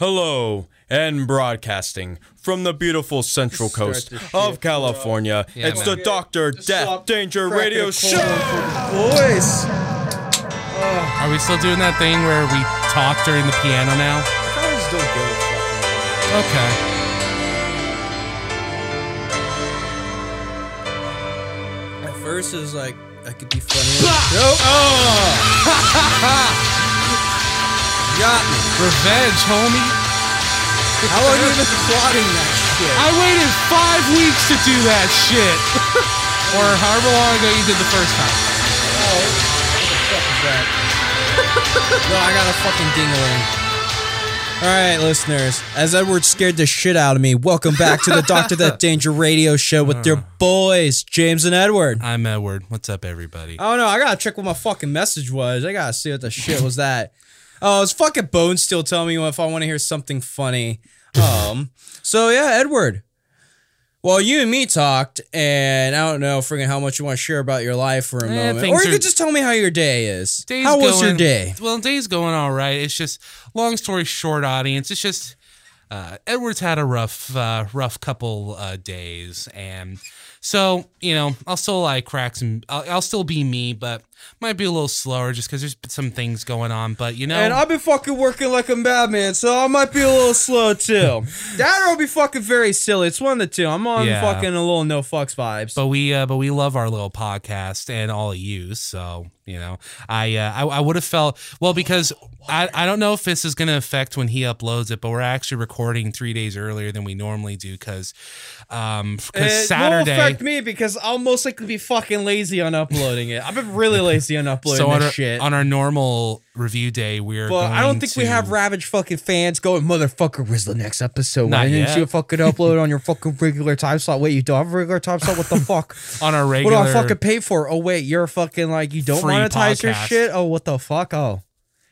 Hello and broadcasting from the beautiful central Start coast this shit, of California. Yeah, it's man. the Doctor Death stop Danger Crack a Radio cold Show. for the Boys. Are we still doing that thing where we talk during the piano now? Fellas don't give a fuck. Okay. At first, it was like I could be funny. Nope. Oh. Got me. Revenge, homie. How long you been plotting that shit? I waited five weeks to do that shit. or however long ago you did the first time. no, I got a fucking ding-a-ling. All right, listeners. As Edward scared the shit out of me, welcome back to the Doctor That Danger Radio Show with your boys, James and Edward. I'm Edward. What's up, everybody? Oh no, I gotta check what my fucking message was. I gotta see what the shit was that. Oh, it's fucking Bone still telling me if I want to hear something funny. Um, so yeah, Edward. Well, you and me talked, and I don't know friggin' how much you want to share about your life for a moment, Eh, things or you are- could just tell me how your day is. Day's how was your going- day? Well, day's going all right. It's just long story short, audience. It's just uh, Edward's had a rough, uh, rough couple uh, days, and so you know, I'll still like crack some. I'll, I'll still be me, but might be a little slower just because there's been some things going on. But you know, And I've been fucking working like a madman, so I might be a little slow too. that or I'll be fucking very silly. It's one of the two. I'm on Yeah. fucking a little no fucks vibes. but we uh, but we love our little podcast and all of you so you know i uh, i, I would have felt well because I, I don't know if this is going to affect when he uploads it but we're actually recording three days earlier than we normally do because um because Uh, It saturday will affect me because I'll most likely be fucking lazy on uploading it. I've been really lazy on uploading so on this our, shit. on our normal review day we're but I going don't think we to- have ravaged fucking fans going, motherfucker, where's the next episode? Not Why didn't yet. you fucking upload on your fucking regular time slot? Wait, you don't have a regular time slot? What the fuck? on our what do regular I fucking pay for? Oh wait, you're fucking like you don't Free monetize your podcast. shit. Oh what the fuck? Oh.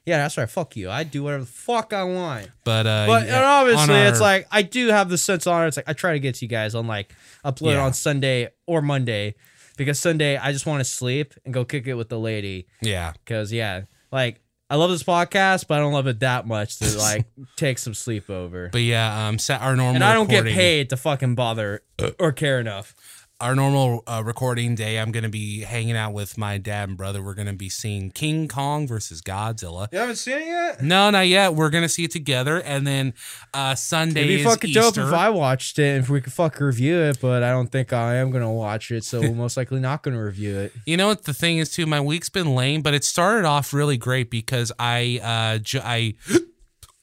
Yeah, that's right. Fuck you. I do whatever the fuck I want. but uh But yeah, and obviously, on it's our- like I do have the sense of honor. It's like I try to get to you guys on like upload Yeah. on Sunday or Monday because Sunday I just want to sleep and go kick it with the lady. yeah Because yeah, like I love this podcast, but I don't love it that much to like take some sleep over. but yeah um sa- our normal and I don't get recording- paid to fucking bother or care enough. our normal uh, recording day, I'm going to be hanging out with my dad and brother. We're going to be seeing King Kong versus Godzilla. You haven't seen it yet. No, not yet. We're going to see it together. And then uh, Sunday It'd be is fucking Easter. dope if I watched it and if we could fucking review it, but I don't think I am gonna watch it, so we're most likely not gonna review it. You know what the thing is too. My week's been lame, but it started off really great because I uh, ju- I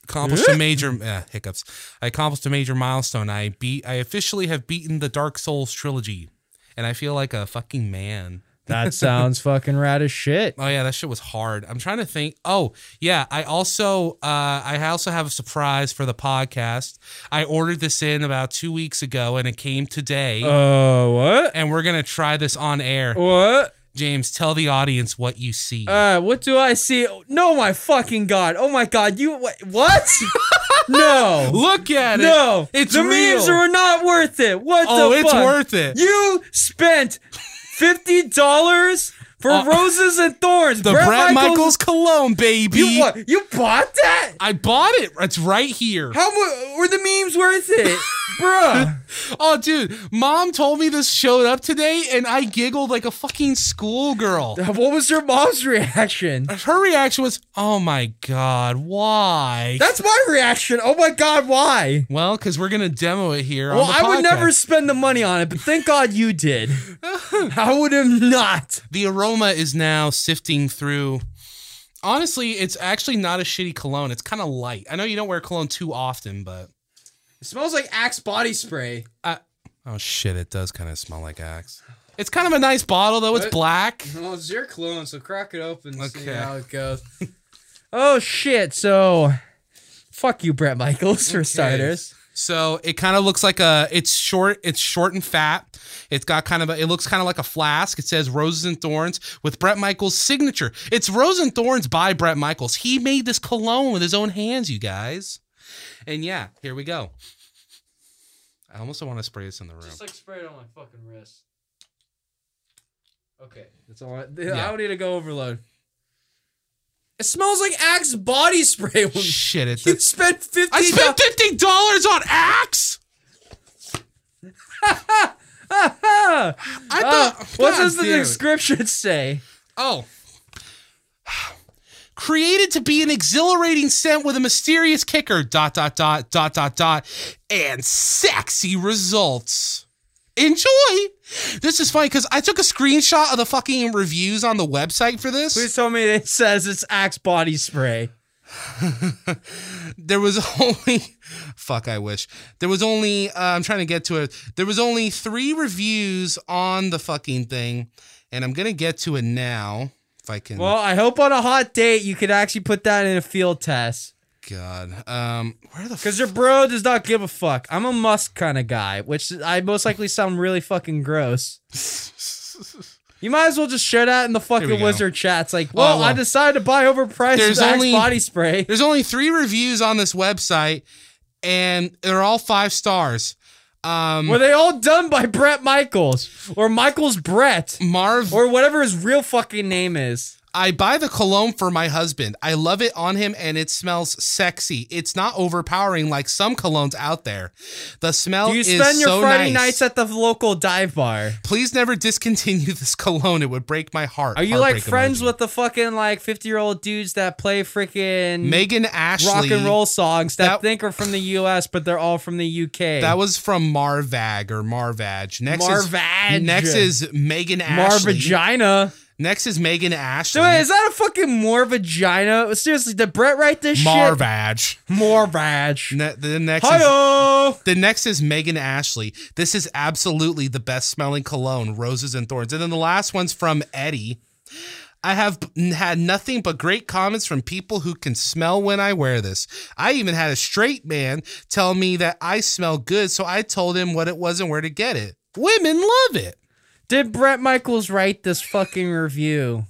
accomplished a major uh, hiccups. I accomplished a major milestone. I beat. I officially have beaten the Dark Souls trilogy, and I feel like a fucking man. That sounds fucking rad as shit. Oh yeah, that shit was hard. I'm trying to think. Oh yeah, I also uh, I also have a surprise for the podcast. I ordered this in about two weeks ago, and it came today. Uh, what? and we're gonna try this on air. What? James, tell the audience what you see. Uh, what do I see? Oh, No, my fucking god! Oh my god! You wha- what? no, Look at it. no! it's the memes real. are not worth it. What Oh, the? it's fuck? worth it. You spent fifty dollars for Uh, roses and thorns. the Brett, Michaels, cologne, baby. You what? You bought that? I bought it. It's right here. How mu- were the memes worth it, bruh? Oh, dude, mom told me this showed up today, and I giggled like a fucking schoolgirl. What was your mom's reaction? her reaction was, "Oh my god, why?" That's my reaction. Oh my god, why? well, because we're gonna demo it here. Well, on the I would podcast. never spend the money on it, but thank God you did. I would have not. The aroma is now sifting through. Honestly, it's actually not a shitty cologne. It's kind of light. I know you don't wear cologne too often, but It smells like Axe body spray. oh shit, it does kind of smell like Axe. It's kind of a nice bottle though. It's What? black. Well, it's your clone, so crack it open and Okay. it goes. oh shit! So, fuck you, Brett Michaels, for starters. So it kind of looks like a. It's short. It's short and fat. It's got kind of a. It looks kind of like a flask. It says roses and thorns with Brett Michaels' signature. It's roses and thorns by Brett Michaels. He made this cologne with his own hands, you guys. And yeah, here we go. I almost want to spray this in the room. like spray it on my fucking wrist. Okay, that's all. I, Yeah. don't need to go overload. It smells like Axe body spray. When Shit, it. you spent fifty. I spent fifty dollars on Axe. I thought. What God does the damn it. description say? Oh. Created to be an exhilarating scent with a mysterious kicker, dot, dot, dot, dot, dot, dot, and sexy results. Enjoy. This is funny because I took a screenshot of the fucking reviews on the website for this. Please tell me it says it's Axe body spray. There was only, fuck, I wish. There was only, uh, I'm trying to get to it. There was only three reviews on the fucking thing, and I'm going to get to it now if I can. Well, I hope on a hot date you could actually put that in a field test. God. Um, where the Cause your bro does not give a fuck. I'm a Musk kind of guy, which I most likely sound really fucking gross. You might as well just share that in the Here fucking we go. Oh, wizard chats. Like, well, I well. decided to buy overpriced There's Axe only- body spray. There's only three reviews on this website, and they're all five stars. Um, Were they all done by Brett Michaels or Michaels Brett Marv, or whatever his real fucking name is? I buy the cologne for my husband. I love it on him, and it smells sexy. It's not overpowering like some colognes out there. The smell Do you is spend your so Friday nights nice. at the local dive bar? Please never discontinue this cologne. It would break my heart. Are you like Heartbreak friends emoji. with the fucking like 50 year old dudes that play freaking Megan Ashley? rock and roll songs that, That- think are from the US, but they're all from the UK? That was from Marvag or Marvag. Next Marvag. is next is Megan Mar Ashley. vagina. Next is Megan Ashley. So wait, is that a fucking more vagina? Seriously, did Brett write this shit? Marvag. More vag. Ne- the next is, Hiyo. the next is Megan Ashley. This is absolutely the best smelling cologne, roses and thorns. And then the last one's from Eddie. I have n- had nothing but great comments from people who can smell when I wear this. I even had a straight man tell me that I smell good, so I told him what it was and where to get it. Women love it. Did Brett Michaels write this fucking review?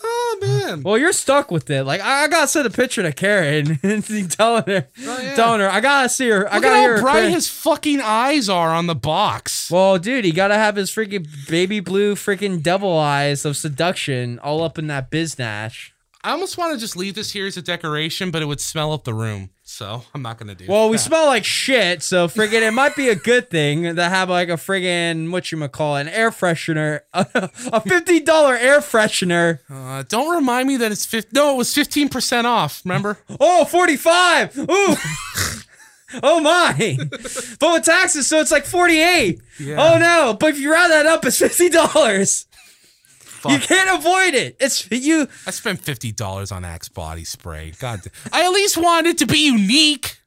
Oh man. Well, you're stuck with it. Like I, I gotta send a picture to Karen and telling her, Oh, yeah. telling her, I gotta see her. I Look gotta at hear how her bright crit- his fucking eyes are on the box. Well, dude, he gotta have his freaking baby blue freaking devil eyes of seduction all up in that biznash. I almost want to just leave this here as a decoration, but it would smell up the room. So I'm not gonna do Well, we smell like shit, so friggin' it might be a good thing to have like a friggin' what you call an air freshener, a fifty dollar air freshener. Uh, don't remind me that it's 50. No, it was 15% off. Remember? Oh, 45. Ooh. oh my. But with taxes, so it's like forty eight. Oh no! But if you round that up, it's fifty dollars. You can't avoid it. It's you. I spent $50 on Axe body spray. God, da- I at least wanted it to be unique.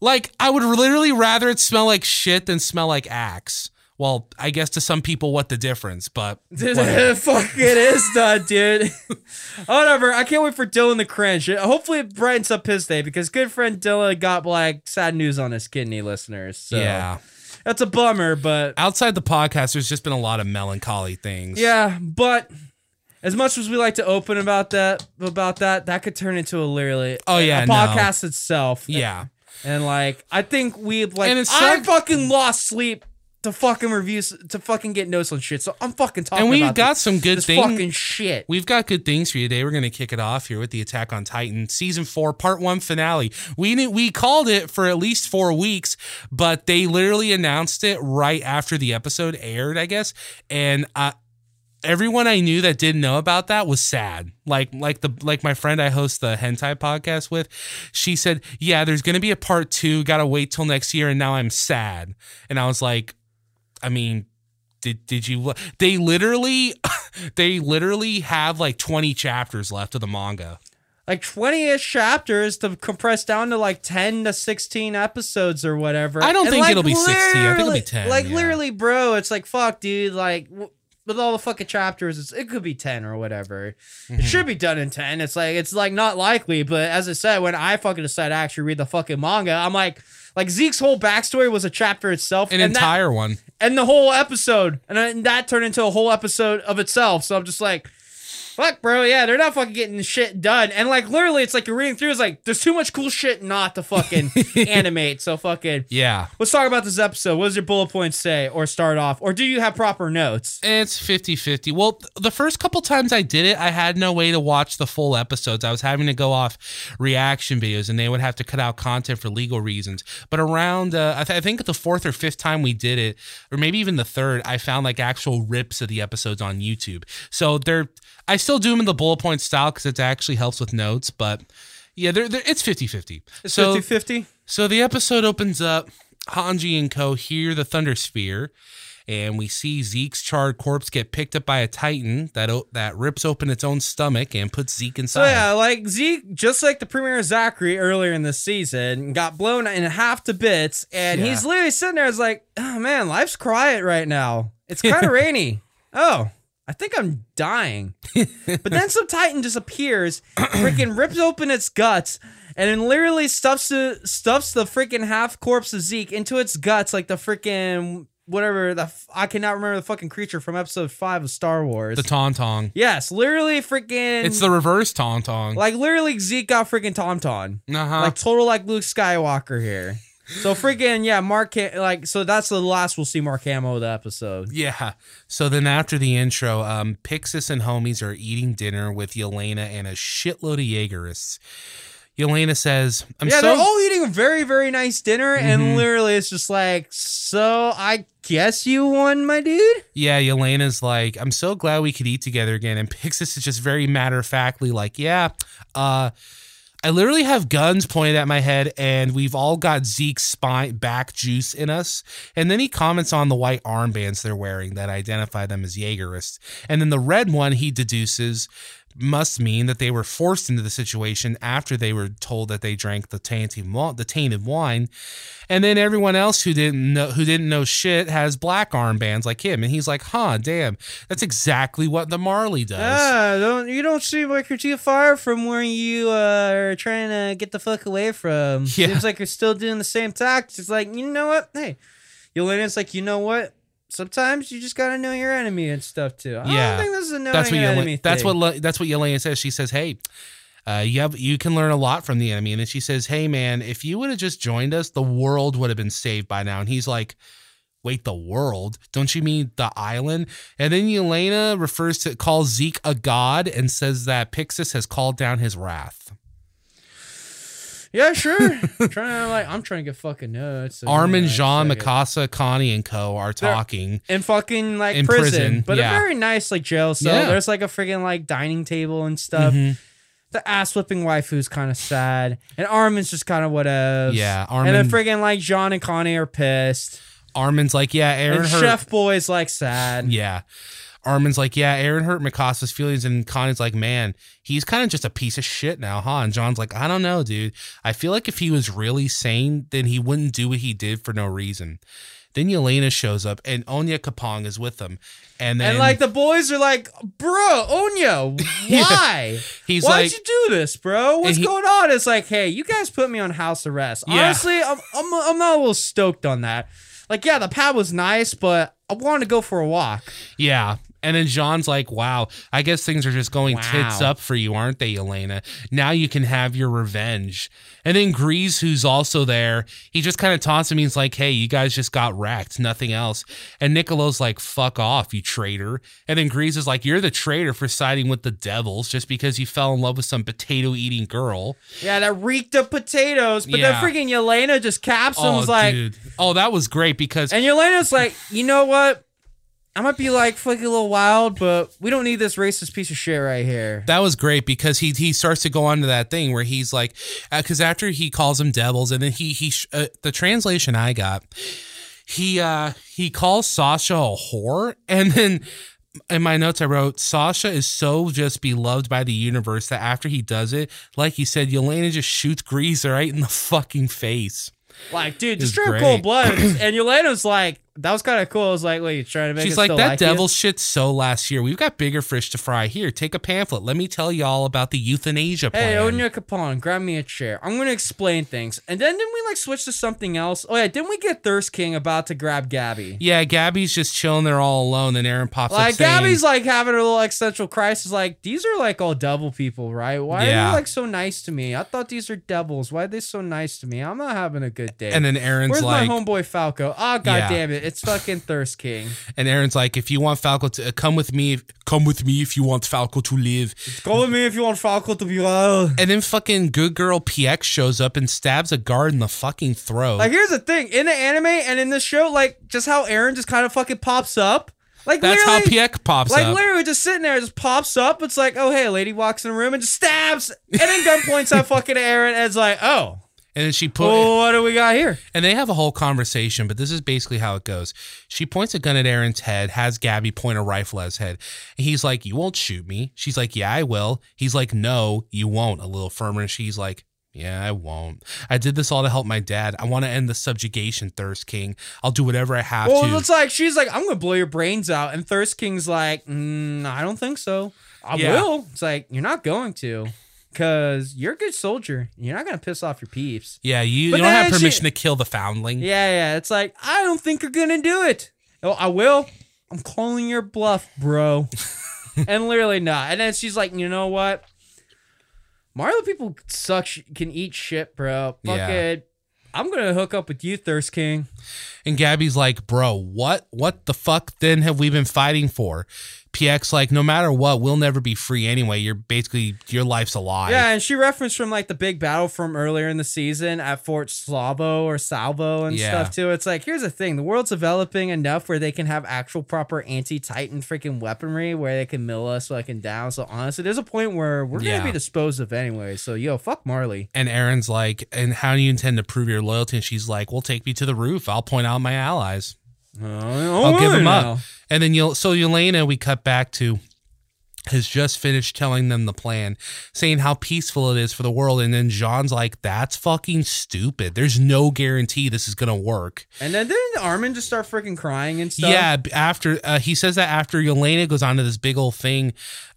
Like, I would literally rather it smell like shit than smell like Axe. Well, I guess to some people, what the difference, but Dude, fuck, it is done, dude. Whatever. I can't wait for Dylan to cringe. Hopefully, it brightens up his day because good friend Dylan got like sad news on his kidney, listeners. So yeah. that's a bummer, but Outside the podcast, there's just been a lot of melancholy things. yeah. But as much as we like to open about that, about that, that could turn into a literally Oh, yeah, a no. podcast itself. Yeah. and like I think we like And it's I so- fucking lost sleep. To fucking reviews, to fucking get notes on shit. So I'm fucking talking And we about got this- some good this thing- fucking shit. We've got good things for you today. We're going to kick it off here with the Attack on Titan season four, part one finale. We knew, we called it for at least four weeks, but they literally announced it right after the episode aired, I guess. And uh, everyone I knew that didn't know about that was sad. Like like the like my friend I host the hentai podcast with, she said, "Yeah, there's going to be a part 2. Got to wait till next year and now I'm sad." And I was like, I mean, did did you they literally they literally have like 20 chapters left of the manga. like 20 ish chapters to compress down to like 10 to 16 episodes or whatever. I don't think like, it'll be 16. I think it'll be literally- 10, Like, yeah. literally, bro, it's like, fuck, dude. Like, w- with all the fucking chapters, it's, it could be 10 or whatever. Mm-hmm. It should be done in 10. It's like, it's like not likely. But as I said, when I fucking decided to actually read the fucking manga, I'm like, like Zeke's whole backstory was a chapter itself. An and that- entire one. uh, and the whole episode, and, then that turned into a whole episode of itself. So I'm just like, fuck, bro, yeah, they're not fucking getting shit done. And like literally, it's like you're reading through, it's like there's too much cool shit not to fucking animate. So fucking Yeah. let's talk about this episode. What does your bullet points say or start off? Or do you have proper notes? It's 50 50. Well, th- the first couple times I did it, I had no way to watch the full episodes. I was having to go off reaction videos and they would have to cut out content for legal reasons. But around, uh, I, th- I think the fourth or fifth time we did it, or maybe even the third, I found like actual rips of the episodes on YouTube. So they're, I still do them in the bullet point style because it actually helps with notes. But yeah, they're, they're, it's 50 50. So 50 so the episode opens up. Hanji and Co. hear the Thunder Sphere, and we see Zeke's charred corpse get picked up by a Titan that o- that rips open its own stomach and puts Zeke So inside. yeah, like Zeke, just like the premier Zachary earlier in the season, got blown in half to bits, and Yeah. he's literally sitting there, is like, oh man, life's quiet right now. It's kind of rainy. Oh, I think I'm dying. but then some Titan just appears, freaking rips open its guts, and then literally stuffs the stuffs the freaking half corpse of Zeke into its guts, like the freaking whatever the f- I cannot remember the fucking creature from episode five of Star Wars. The Tauntaun. yes, literally freaking. It's the reverse Tauntaun. Like literally, Zeke got freaking tauntaun. uh-huh. Like total like Luke Skywalker here. So freaking yeah, Mark. Ham- like so that's the last we'll see Mark Hamill of the episode. Yeah. So then after the intro, um, Pixis and homies are eating dinner with Yelena and a shitload of Jaegerists. Yelena says, I'm yeah, so Mm-hmm. they're all eating a very very nice dinner, and literally it's just like so. I guess you won, my dude. Yeah, Yelena's like, I'm so glad we could eat together again. And Pixis is just very matter of factly like, yeah, uh, I literally have guns pointed at my head, and we've all got Zeke's spine back juice in us. And then he comments on the white armbands they're wearing that identify them as Jaegerists. And then the red one he deduces must mean that they were forced into the situation after they were told that they drank the tainted, wa- the tainted wine. And then everyone else who didn't know who didn't know shit has black armbands like him. And he's like, huh, damn, that's exactly what the Marley does. Ah, don't you don't seem like you're too far from where you uh, are trying to get the fuck away from. Yeah. Seems like you're still doing the same tactics. It's like you know what? Hey, Yelena's like you know what? Sometimes you just gotta know your enemy and stuff too. I Yeah. don't think this is a knowing that's what your Yelena, enemy. that's what thing. Le- that's what Yelena says. She says, "Hey, uh, you have you can learn a lot from the enemy." And then she says, "Hey, man, if you would have just joined us, the world would have been saved by now." And he's like. Wait, the world? Don't you mean the island? And then Yelena refers to calls Zeke a god and says that Pixis has called down his wrath. Yeah, sure. trying to like I'm trying to get fucking notes. so give me, Armin, like, a Jean, second. Mikasa, Connie, and Co. are talking. in fucking like In prison, prison, but yeah. a very nice like jail cell. Yeah. There's like a freaking like dining table and stuff. Mhm. The ass whipping waifu's kind of sad, and Armin's just kind of whatevs. Yeah, and then Armin- freaking like John and Connie are pissed, Armin's like, yeah, Aaron and hurt. Chef Boy's like sad. Yeah. Armin's like, yeah, Aaron hurt Mikasa's feelings. And Connie's like, man, he's kind of just a piece of shit now, huh? And John's like, I don't know, dude. I feel like if he was really sane, then he wouldn't do what he did for no reason. Then Yelena shows up and Onya Kapong is with them. And then And like the boys are like, bro, Onyo, why? he's Why'd like, you do this, bro? What's he- going on? It's like, hey, you guys put me on house arrest. Yeah. Honestly, I'm, I'm, I'm not a little stoked on that. Like, yeah, the pad was nice, but I wanted to go for a walk. Yeah. And then John's like, wow, I guess things are just going tits Wow. up for you, aren't they, Elena? Now you can have your revenge. And then Grease, who's also there, he just kind of taunts him. He's like, hey, you guys just got wrecked, nothing else. And Niccolo's like, fuck off, you traitor. And then Grease is like, you're the traitor for siding with the devils just because you fell in love with some potato eating girl. Yeah, that reeked of potatoes, but Yeah. then freaking Yelena just caps him. was like, dude. Oh, that was great because and Yelena's like, you know what? I might be like fucking a little wild, but we don't need this racist piece of shit right here. That was great because he he starts to go on to that thing where he's like, because after he calls them devils, and then he he sh- uh, the translation I got, he uh he calls Sasha a whore, and then in my notes I wrote Sasha is so just beloved by the universe that after he does it, like you said, Yelena just shoots Grease right in the fucking face. Like, dude, It's just drink great. cold blood. and Yelena's like, that was kind of cool. I was like, wait, you trying to make She's us like, still that like you?" devil shit so last year. We've got bigger fish to fry. Here, take a pamphlet. Let me tell y'all about the euthanasia plan. Hey, oh, Onya Capone, grab me a chair. I'm gonna explain things. And then didn't we like switch to something else? Oh yeah, didn't we get Thirst King about to grab Gabby? yeah, Gabby's just chilling there all alone. Then Aaron pops Like up saying, Gabby's like having a little existential crisis. Like these are like all devil people, right? Why are Yeah. you like so nice to me? I thought these are devils. Why are they so nice to me? I'm not having a good day. and then Aaron's Where's like, my homeboy Falco? Oh god Yeah. damn it! It's fucking Thirst King. and Aaron's like, if you want Falco to come with me, come with me if you want Falco to live. Go with me if you want Falco to be well. And then fucking good girl PX shows up and stabs a guard in the fucking throat. Like here's the thing in the anime and in this show, like just how Aaron just kind of fucking pops up. Like That's how literally- PX pops Like up. literally just sitting there, just pops up. It's like, oh hey, a lady walks in the room and just stabs, and then gun points at fucking Aaron, and it's like, oh, And then she put. well, what do we got here? And they have a whole conversation, but this is basically how it goes. She points a gun at Aaron's head, has Gabby point a rifle at his head. And he's like, You won't shoot me. She's like, Yeah, I will. He's like, No, you won't. A little firmer. And she's like, Yeah, I won't. I did this all to help my dad. I want to end the subjugation, Thirst King. I'll do whatever I have Well, to. it's like she's like, I'm gonna blow your brains out, and Thirst King's like, mm, I don't think so. I Yeah. will. It's like you're not going to, cause you're a good soldier. You're not gonna piss off your peeps. yeah, you, you But don't have then she- permission to kill the foundling. Yeah, yeah. It's like I don't think you're gonna do it. Oh, I will. I'm calling your bluff, bro. and literally not. And then she's like, you know what? Mario people suck. Sh- can eat shit, bro. Fuck Yeah. it. I'm gonna hook up with you, Thirst King. And Gabby's like, bro, what what the fuck then have we been fighting for? PX like, no matter what, we'll never be free anyway. You're basically your life's a lie. Yeah, and she referenced from like the big battle from earlier in the season at Fort Slavo or Salvo and Yeah. stuff too. It's like here's the thing: the world's developing enough where they can have actual proper anti-Titan freaking weaponry where they can mill us fucking down. So honestly, there's a point where we're Yeah. gonna be disposed of anyway. So yo, fuck Marley. And Aaron's like, and how do you intend to prove your loyalty? And she's like, well, take me to the roof. I'll point out my allies. I'll give them up. And then you'll, so Yelena, we cut back to, has just finished telling them the plan, saying how peaceful it is for the world. And then John's like, that's fucking stupid. There's no guarantee this is going to work. And then didn't Armin just start freaking crying and stuff? Yeah, b- after uh, he says that after Yelena goes on to this big old thing,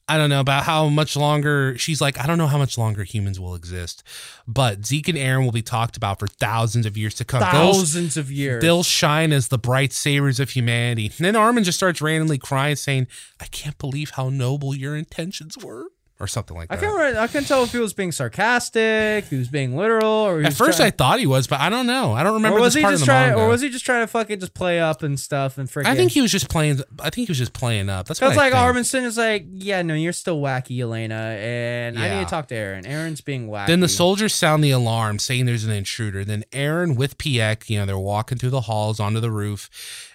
I don't know about how much longer she's like, I don't know how much longer humans will exist, but Zeke and Aaron will be talked about for thousands of years to come. They'll, thousands of years. they'll shine as the bright savers of humanity. And then Armin just starts randomly crying, saying, I can't believe how noble your intentions were, or something like I that. can't. Remember, I couldn't tell if he was being sarcastic, he was being literal, or he At was first, trying- I thought he was, but I don't know. I don't remember or was this he part just of the trying, manga. or was he just trying to fucking just play up and stuff and freaking? I think he was just playing. I think he was just playing up. That's what Because I like think. Arminson is like, yeah, no, you're still wacky, Elena, and I Yeah. need to talk to Aaron. Aaron's being wacky. Then the soldiers sound the alarm, saying there's an intruder. Then Aaron with Piek, you know, they're walking through the halls onto the roof.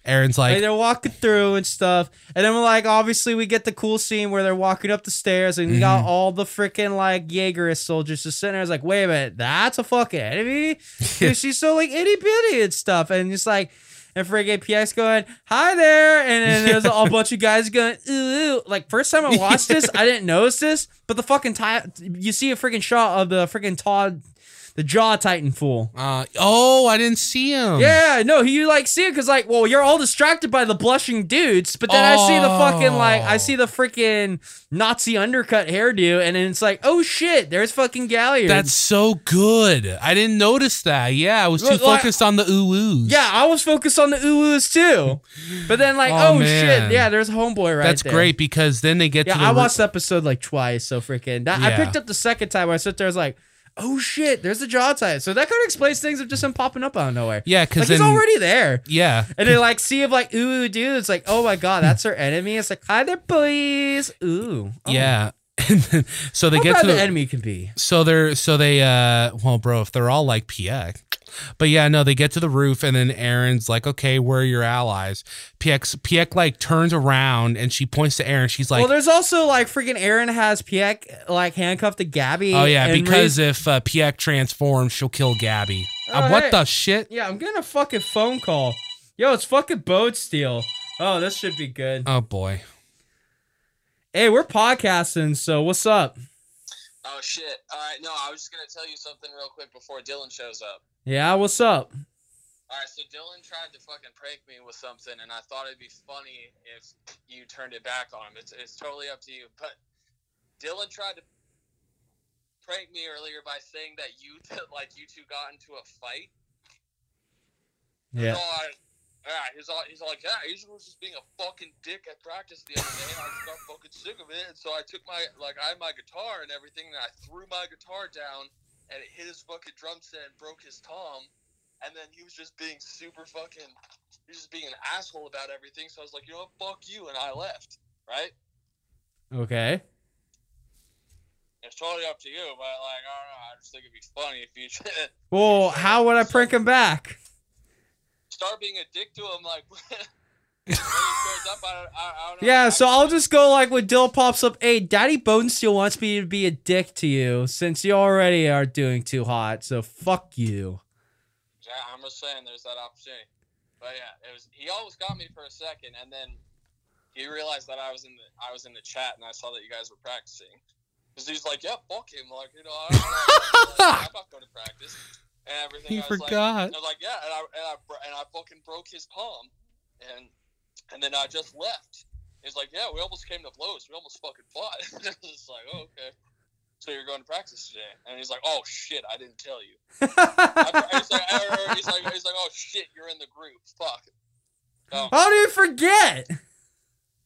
Aaron's Like, like, they're walking through and stuff, and then we're like, obviously, we get the cool scene where they're walking up the stairs, and you got all the freaking like Jaegerist soldiers just sitting there. It's like, wait a minute, that's a fucking enemy. Dude, she's so like itty bitty and stuff, and it's like, and friggin' PX going, hi there, and then there's a whole bunch of guys going, ooh, like first time I watched this, I didn't notice this, but the fucking ti- you see a freaking shot of the freaking Todd, the jaw Titan fool. uh, oh, I didn't see him. Yeah, no, you like see it because like, well, you're all distracted by the blushing dudes, but then I see the fucking like, I Oh. see the freaking Nazi undercut hairdo, and then it's like, oh shit, there's fucking Galliard. That's so good. I didn't notice that. Yeah, I was too Look, like- focused on the ooh oohs. yeah, I was focused on the uus too, but then like, Oh, oh, man. shit, yeah, there's homeboy right That's there. great because then they get Yeah, to the I roo- watched the episode like twice, so freaking. That, I Yeah. picked up the second time where I sit there, I was like, oh shit, there's the jaw type. So that kind of explains things of just him popping up out of nowhere. Yeah, 'cause like, he's then- already there. Yeah. And they like see him like, ooh, dude. It's like, oh my god, that's her enemy. It's like, hi there, please. Ooh. Oh, Yeah. And then, so they How get bad to the, the enemy can be. So they're so they uh well bro if they're all like PX but yeah no they get to the roof and then Aaron's like okay where are your allies PX PX like turns around and she points to Aaron she's like well, there's also like freaking Aaron has Piek like handcuffed to Gabby. oh yeah and because Reese- if uh, PX transforms she'll kill Gabby Uh, Oh, what hey. the shit yeah, I'm getting a fucking phone call. Yo, it's fucking boat steal. Oh, this should be good. oh boy Hey, we're podcasting, so what's up? Oh shit! All right, no, I was just gonna tell you something real quick before Dylan shows up. Yeah, what's up? All right, so Dylan tried to fucking prank me with something, and I thought it'd be funny if you turned it back on him. It's, it's totally up to you. But Dylan tried to prank me earlier by saying that you t- like you two got into a fight. Yeah. All right, all right, he's all he's like, yeah, Angel was just being a fucking dick at practice the other day. and I just got fucking sick of it, and so I took my like I had my guitar and everything, and I threw my guitar down, and it hit his fucking drum set and broke his tom. And then he was just being super fucking, he was just being an asshole about everything. So I was like, you know what, fuck you, and I left. Right? Okay. It's totally up to you, but like I don't know. I just think it'd be funny if you Well, how would I prank him back? start being a dick to him, like. when he shows up, I don't- I- I don't know. Yeah, so I- I'll just go like when Dill pops up. Hey, Daddy Bonesteel wants me to be a dick to you since you already are doing too hot. So fuck you. Yeah, I'm just saying there's that opportunity. But yeah, it was he almost got me for a second and then he realized that I was in the I was in the chat and I saw that you guys were practicing. Because he was like, Yeah, fuck him, like, you know, I don't know. I'm not going to practice and everything. He I was forgot. Like, I was like, Yeah, and I and I bro- and I fucking broke his palm and and then I just left. He's like, Yeah, we almost came to blows, we almost fucking fought. I was just like, Oh, okay. So you're going to practice today. And he's like, Oh shit, I didn't tell you. I- I- he's, like, I- I- he's like, he's like, oh shit, you're in the group. Fuck. So, How do you forget?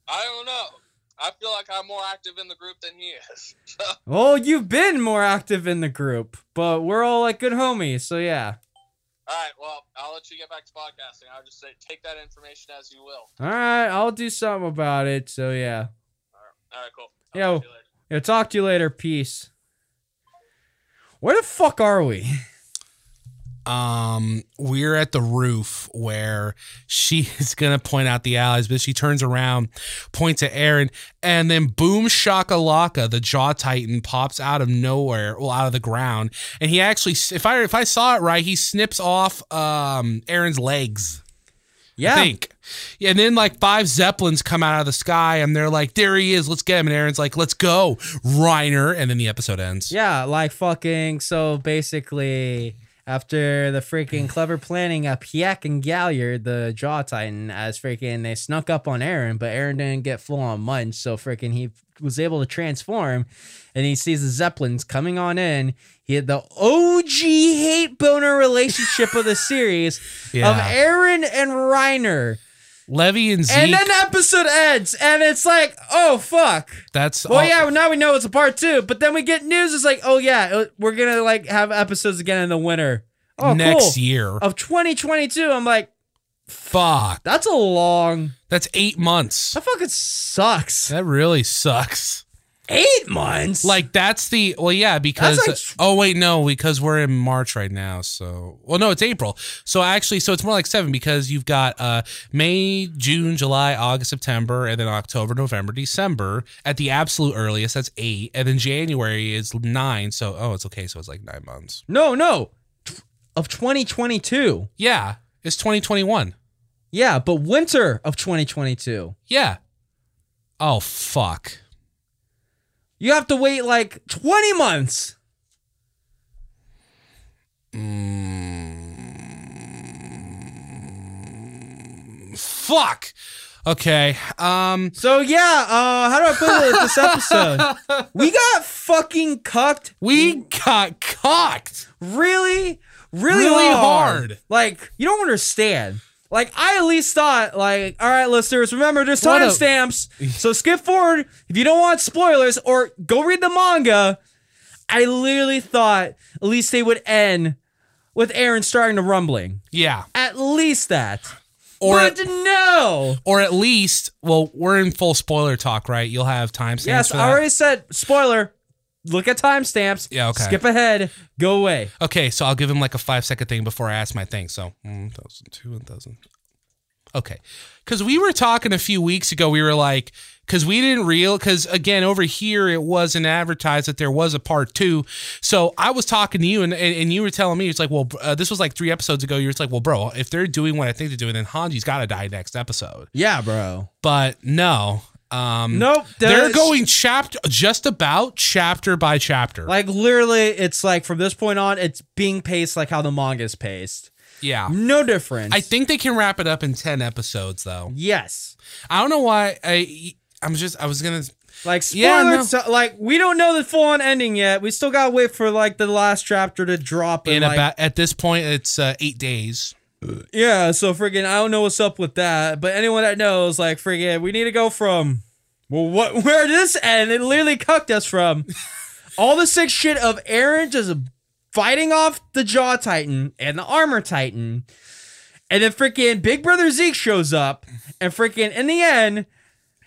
I don't know. I feel like I'm more active in the group than he is. So, Well, you've been more active in the group, but we're all like good homies. So yeah. all right, well, I'll let you get back to podcasting. I'll just say, take that information as you will. All right, I'll do something about it. So yeah. All right, cool. Yeah, I'll see you later. Yeah, talk to you later. Peace. Where the fuck are we? um we're at the roof where she is gonna point out the alleys but she turns around points at aaron and then boom shakalaka the jaw titan pops out of nowhere well out of the ground and he actually if i if i saw it right he snips off um aaron's legs Yeah. I think. Yeah, and then like five zeppelins come out of the sky and they're like there he is let's get him and aaron's like let's go reiner and then the episode ends Yeah, like fucking. So basically, after the Mm. freaking clever planning of Piak and Galliard, the Jaw Titan, as freaking they snuck up on Aaron, but Aaron didn't get full on munch. So freaking he was able to transform and he sees the Zeppelins coming on in. He had the OG hate boner relationship of the series of Yeah. Aaron Um, and Reiner. levy and zeke And then the episode ends and it's like, oh fuck. that's Well, all- yeah. Well, now we know it's a part two, but then we get news. It's like, oh yeah, it- we're gonna like have episodes again in the winter. Oh, next cool. year of 2022. I'm like, fuck that's a long. That's eight months. That fucking sucks. That really sucks. Eight months. Like that's the well, yeah, because That's like- oh wait, no, because we're in March right now. So well, no, it's April. So actually, so it's more like seven because you've got uh May, June, July, August, September, and then October, November, December at the absolute earliest. That's eight, and then January is nine. So oh, it's okay. So it's like nine months. no, no, Tw- of 2022. Yeah, it's twenty twenty one. Yeah, but winter of 2022. Yeah. Oh fuck. You have to wait like 20 months. Fuck. Okay. Um. So yeah, uh, how do I put it? This episode, we got fucking cucked We Mm. got cocked. really, really, Really hard. hard. Like you don't understand. Like I at least thought, like, all right, listeners, remember there's What a- timestamps, so skip forward if you don't want spoilers, or go read the manga. I literally thought at least they would end with Aaron starting to rumbling. Yeah. At least that. Or but no. or at least, well, we're in full spoiler talk, right? You'll have timestamps. Yes, for that. I already said spoiler. Look at timestamps. Yeah, okay. Skip ahead. Go away. Okay, so I'll give him like a five second thing before I ask my thing. So, mm, 1002, 1000. Okay. Because we were talking a few weeks ago, we were like, because we didn't real, because again, over here, it wasn't advertised that there was a part two. So I was talking to you and, and, and you were telling me, it's like, well, uh, this was like three episodes ago. You were like, well, bro, if they're doing what I think they're doing, then Hanji's got to die next episode. Yeah, bro. But no. Um, Nope. They're that's- going chapter just about chapter by chapter. Like literally, it's like from this point on, it's being paced like how the manga is paced. Yeah. No difference. I think they can wrap it up in 10 episodes, though. yes. I don't know why. I, I'm just, I was going to. Like spoilers. Yeah, no. so- like we don't know the full on ending yet. We still gotta wait for like the last chapter to drop. And, In like, about at this point, it's uh, eight days. yeah. So friggin', I don't know what's up with that. But anyone that knows, like friggin', we need to go from well, what where did this end? It literally cucked us from all the sick shit of Aaron just fighting off the Jaw Titan and the Armor Titan, and then freaking Big Brother Zeke shows up and freaking in the end,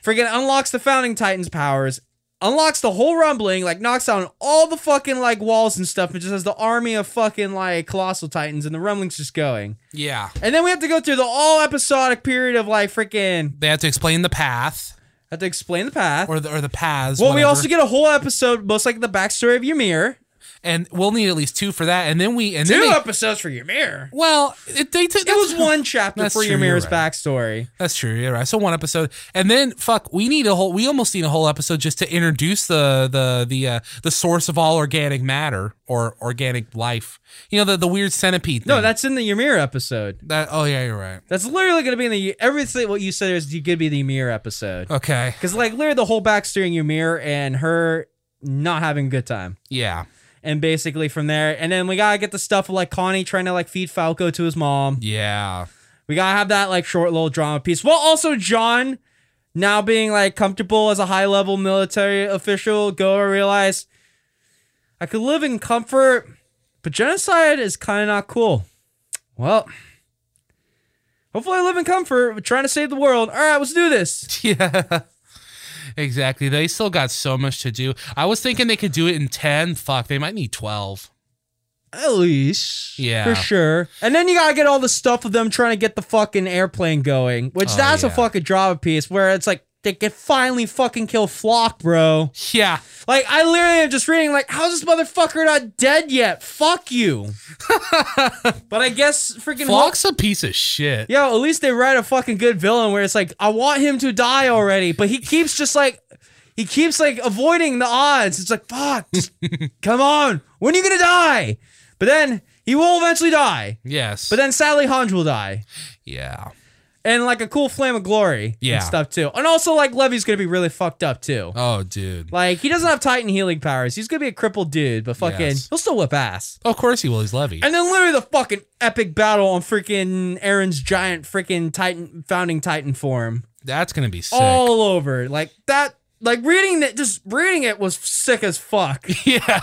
freaking unlocks the Founding Titan's powers. Unlocks the whole rumbling, like knocks down all the fucking like walls and stuff, and just has the army of fucking like colossal titans, and the rumbling's just going. Yeah. And then we have to go through the all episodic period of like freaking They have to explain the path have to explain the path. or the, or the paths. well, we whatever. also get a whole episode, most like the backstory of Ymir. and we'll need at least two for that. And then we, and Two then they, episodes for Ymir. well, it, they took It was one chapter that's for true, you're Ymir's right. backstory. That's true. You're right. So one episode, and then fuck, we need a whole. We almost need a whole episode just to introduce the the the uh, the source of all organic matter or organic life. You know the the weird centipede. No, thing. that's in the Ymir episode. that. Oh yeah, you're right. That's literally going to be in the everything. What you said is you could be the Ymir episode Okay. because like literally the whole backstory of Ymir and her not having a good time. Yeah. And basically from there, and then we gotta get the stuff of like Connie trying to like feed Falco to his mom. Yeah. We gotta have that like short little drama piece. Well, also John now being like comfortable as a high level military official, go and realize I could live in comfort, but genocide is kind of not cool. Well, hopefully I live in comfort. We're trying to save the world. All right, let's do this. Yeah. Exactly. They still got so much to do. I was thinking they could do it in ten. Fuck, they might need twelve. At least. Yeah. For sure. And then you gotta get all the stuff of them trying to get the fucking airplane going, which Oh, that's a yeah. fucking drama piece where it's like they could finally fucking kill Flock, bro. Yeah. Like I literally am just reading, like, how's this motherfucker not dead yet? Fuck you. but I guess freaking Flock's a piece of shit. Yo, at least they write a fucking good villain where it's like, I want him to die already, but he keeps just like he keeps like avoiding the odds. It's like, fuck, just come on. When are you gonna die? But then he will eventually die. Yes. But then sadly Hanj will die. yeah. And like a cool flame of glory Yeah. and stuff too. And also like Levy's gonna be really fucked up too. Oh, dude. Like he doesn't have Titan healing powers. He's gonna be a crippled dude, but fucking Yes. he'll still whip ass. Of course he will. He's Levy. And then literally the fucking epic battle on freaking Aaron's giant freaking Titan founding Titan form That's gonna be sick. all over. Like that like reading that just reading it was sick as fuck. yeah.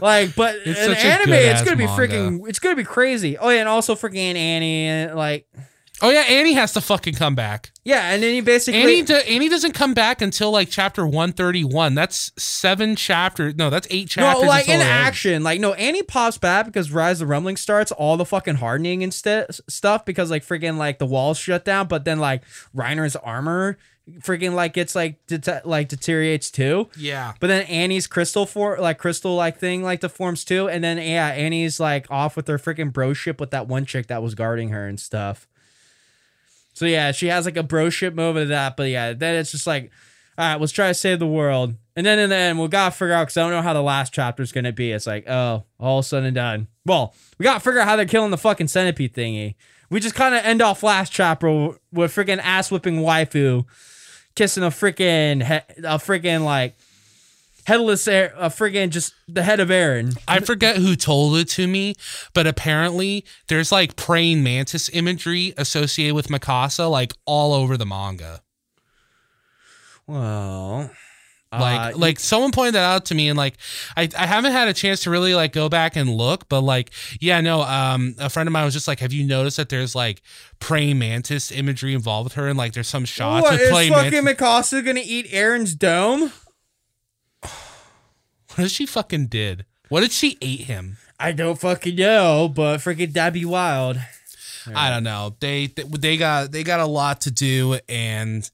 Like but It's an such a anime good-ass it's gonna be manga. freaking it's gonna be crazy. Oh yeah, and also freaking Annie and like Oh yeah, Annie has to fucking come back. yeah, and then you basically Annie, do, Annie doesn't come back until like chapter one thirty one. That's seven chapters. No, that's eight No, chapters. like until in it ends. action, like no, Annie pops back because Rise of the Rumbling starts all the fucking hardening and st- stuff because like freaking like the walls shut down, but then like Reiner's armor freaking like gets like det- like deteriorates too. Yeah. But then Annie's crystal for like crystal like thing like deforms too, and then yeah, Annie's like off with her freaking broship with that one chick that was guarding her and stuff. So yeah, she has like a broship move of that, but yeah, then it's just like, all right, let's try to save the world, and then in the end we gotta figure out because I don't know how the last chapter is gonna be. It's like oh, all said and done. Well, we gotta figure out how they're killing the fucking centipede thingy. We just kind of end off last chapter with freaking ass whipping waifu kissing a freaking he- a freaking like headless air, a freaking just the head of Aaron. I forget who told it to me, but apparently there's like praying mantis imagery associated with Mikasa, like all over the manga. Well, Like, uh, like someone pointed that out to me, and like, I, I haven't had a chance to really like go back and look, but like, yeah, no, um, a friend of mine was just like, have you noticed that there's like praying mantis imagery involved with her, and like there's some shots what with is praying mantis. fucking Mikasa gonna eat Aaron's dome? What did she fucking did? What did she eat him? I don't fucking know, but freaking that'd be wild. I don't know. They they got they got a lot to do, and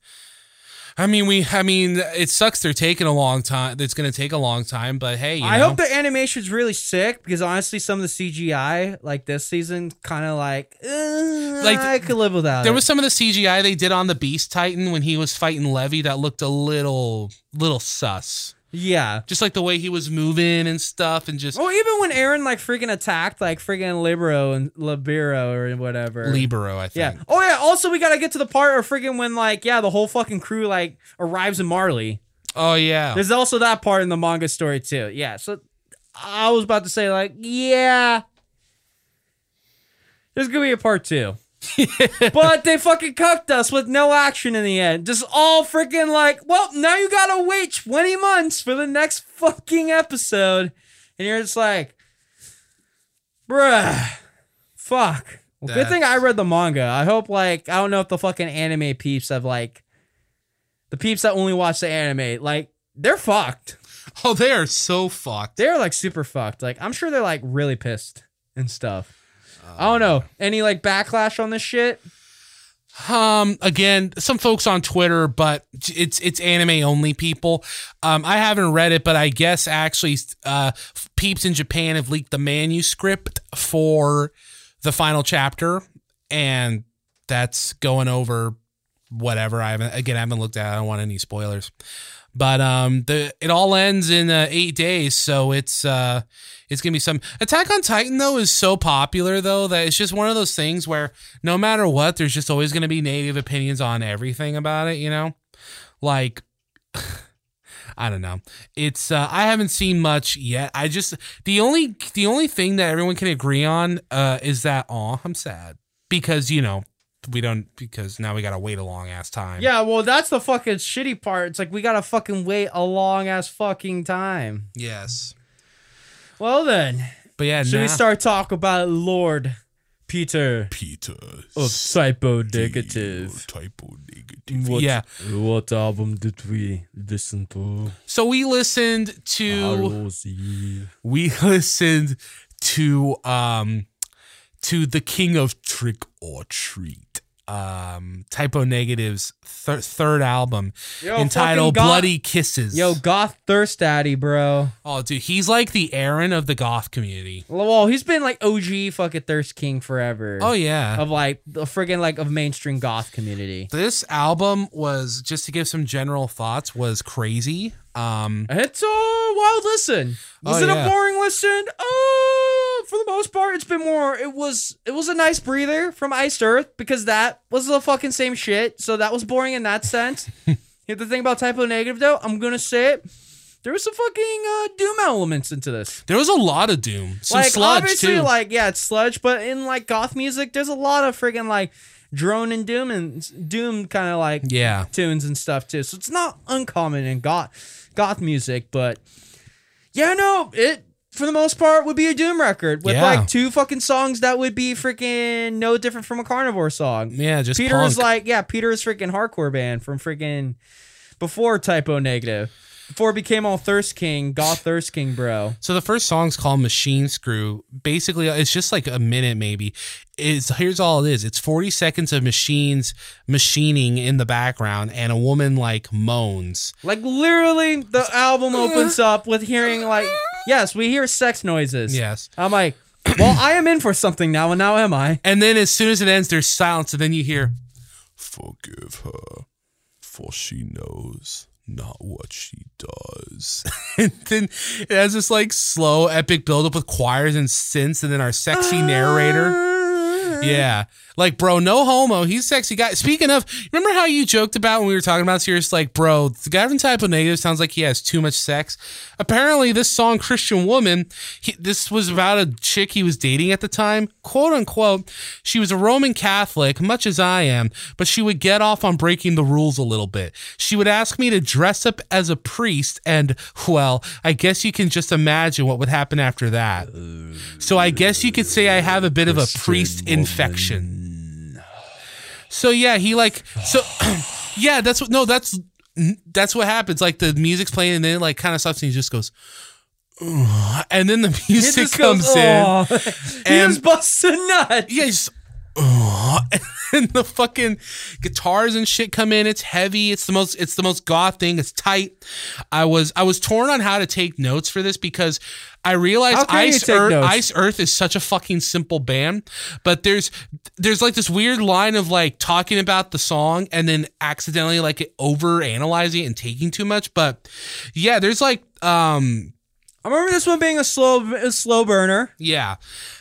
I mean we I mean it sucks they're taking a long time. It's gonna take a long time, but hey, you I know. hope the animation's really sick because honestly, some of the CGI like this season kind of like, eh, Like, I could live without. there it. was some of the CGI they did on the Beast Titan when he was fighting Levy that looked a little little sus. Yeah. Just like the way he was moving and stuff, and just Well, even when Aaron like freaking attacked like freaking Libero and Libero or whatever. libero. I yeah. think. Oh yeah. Also, we gotta get to the part of freaking when like yeah the whole fucking crew like arrives in Marley. Oh yeah. There's also that part in the manga story too. Yeah. So I was about to say like yeah, there's gonna be a part two. but they fucking cucked us with no action in the end. Just all freaking like, well, now you gotta wait 20 months for the next fucking episode. And you're just like, bruh, fuck. Well, good thing I read the manga. I hope, like, I don't know if the fucking anime peeps have, like, the peeps that only watch the anime, like, they're fucked. Oh, they are so fucked. They're, like, super fucked. Like, I'm sure they're, like, really pissed and stuff. I don't know. Any, like, backlash on this shit? Um, again, some folks on Twitter, but it's it's anime only people. Um, I haven't read it, but I guess actually, uh, peeps in Japan have leaked the manuscript for the final chapter, and that's going over whatever. I haven't again, I haven't looked at. it. I don't want any spoilers. But um, the it all ends in uh, eight days, so it's uh, it's gonna be some Attack on Titan though is so popular though that it's just one of those things where no matter what, there's just always gonna be negative opinions on everything about it. You know, like I don't know. It's uh, I haven't seen much yet. I just the only the only thing that everyone can agree on uh, is that oh I'm sad because you know we don't because now we gotta wait a long ass time. Yeah, well, that's the fucking shitty part. It's like, we gotta fucking wait a long ass fucking time. Yes. Well, then, But yeah. should nah. we start talk about Lord Peter Peter. of Psycho Negative? Typo negative. What, Yeah. What album did we listen to? So we listened to Rosie. we listened to um to the king of trick or treat um typo negatives thir- third album Yo, entitled fucking goth- bloody kisses Yo, goth thirst daddy, bro. oh dude he's like the aaron of the goth community Well, he's been like OG fucking thirst king forever. oh yeah Of like the friggin' like of mainstream goth community. this album was just to give some general thoughts was crazy um It's a wild listen. Was Oh, it yeah. a boring listen? Oh, for the most part, it's been more. It was it was a nice breather from Iced Earth because that was the fucking same shit. So that was boring in that sense. Here's the thing about typo negative though. I'm gonna say it. There was some fucking uh, doom elements into this. there was a lot of doom some like sludge obviously, too like yeah, it's sludge, but in like goth music, there's a lot of friggin' like drone and doom and doom kind of like yeah tunes and stuff too. So it's not uncommon in goth goth music, but yeah, no, it for the most part would be a doom record with Yeah. like two fucking songs that would be freaking no different from a carnivore song. yeah just Peter is punk. like, yeah, Peter is freaking hardcore band from freaking before typo negative. Before it became all Thirst King, Goth Thirst King, bro. So the first song's called Machine Screw. Basically, uh, it's just like a minute maybe. Is here's all it is. It's 40 seconds of machines machining in the background and a woman like moans. Like literally, the album opens up with hearing like, yes, we hear sex noises. Yes. I'm like, well, I am in for something now, and now am I? And then as soon as it ends, there's silence and then you hear Forgive her, for she knows not what she does. and then it has this like slow epic buildup with choirs and synths and then our sexy narrator. Yeah. Like, bro, no homo. He's a sexy guy. Speaking of, remember how you joked about when we were talking about serious, like, bro, the guy from Type of Negative sounds like he has too much sex. Apparently, this song, Christian Woman, he, this was about a chick he was dating at the time, quote unquote. She was a Roman Catholic, much as I am, but she would get off on breaking the rules a little bit. She would ask me to dress up as a priest, and, well, I guess you can just imagine what would happen after that. So I guess you could say I have a bit of a priest infection. So yeah, he like so yeah, that's what no, that's that's what happens. Like the music's playing and then it, like kind of stops and he just goes "Ugh," and then the music It just comes goes, in. "Aw." he and- just busts a nut. Yeah, he's and the fucking guitars and shit come in. It's heavy. It's the most. It's the most goth thing. It's tight. I was I was torn on how to take notes for this because I realized How can you Ice take Earth, notes? Ice Earth is such a fucking simple band, but there's there's like this weird line of like talking about the song and then accidentally like over analyzing it and taking too much. But yeah, there's like um I remember this one being a slow, a slow burner. yeah.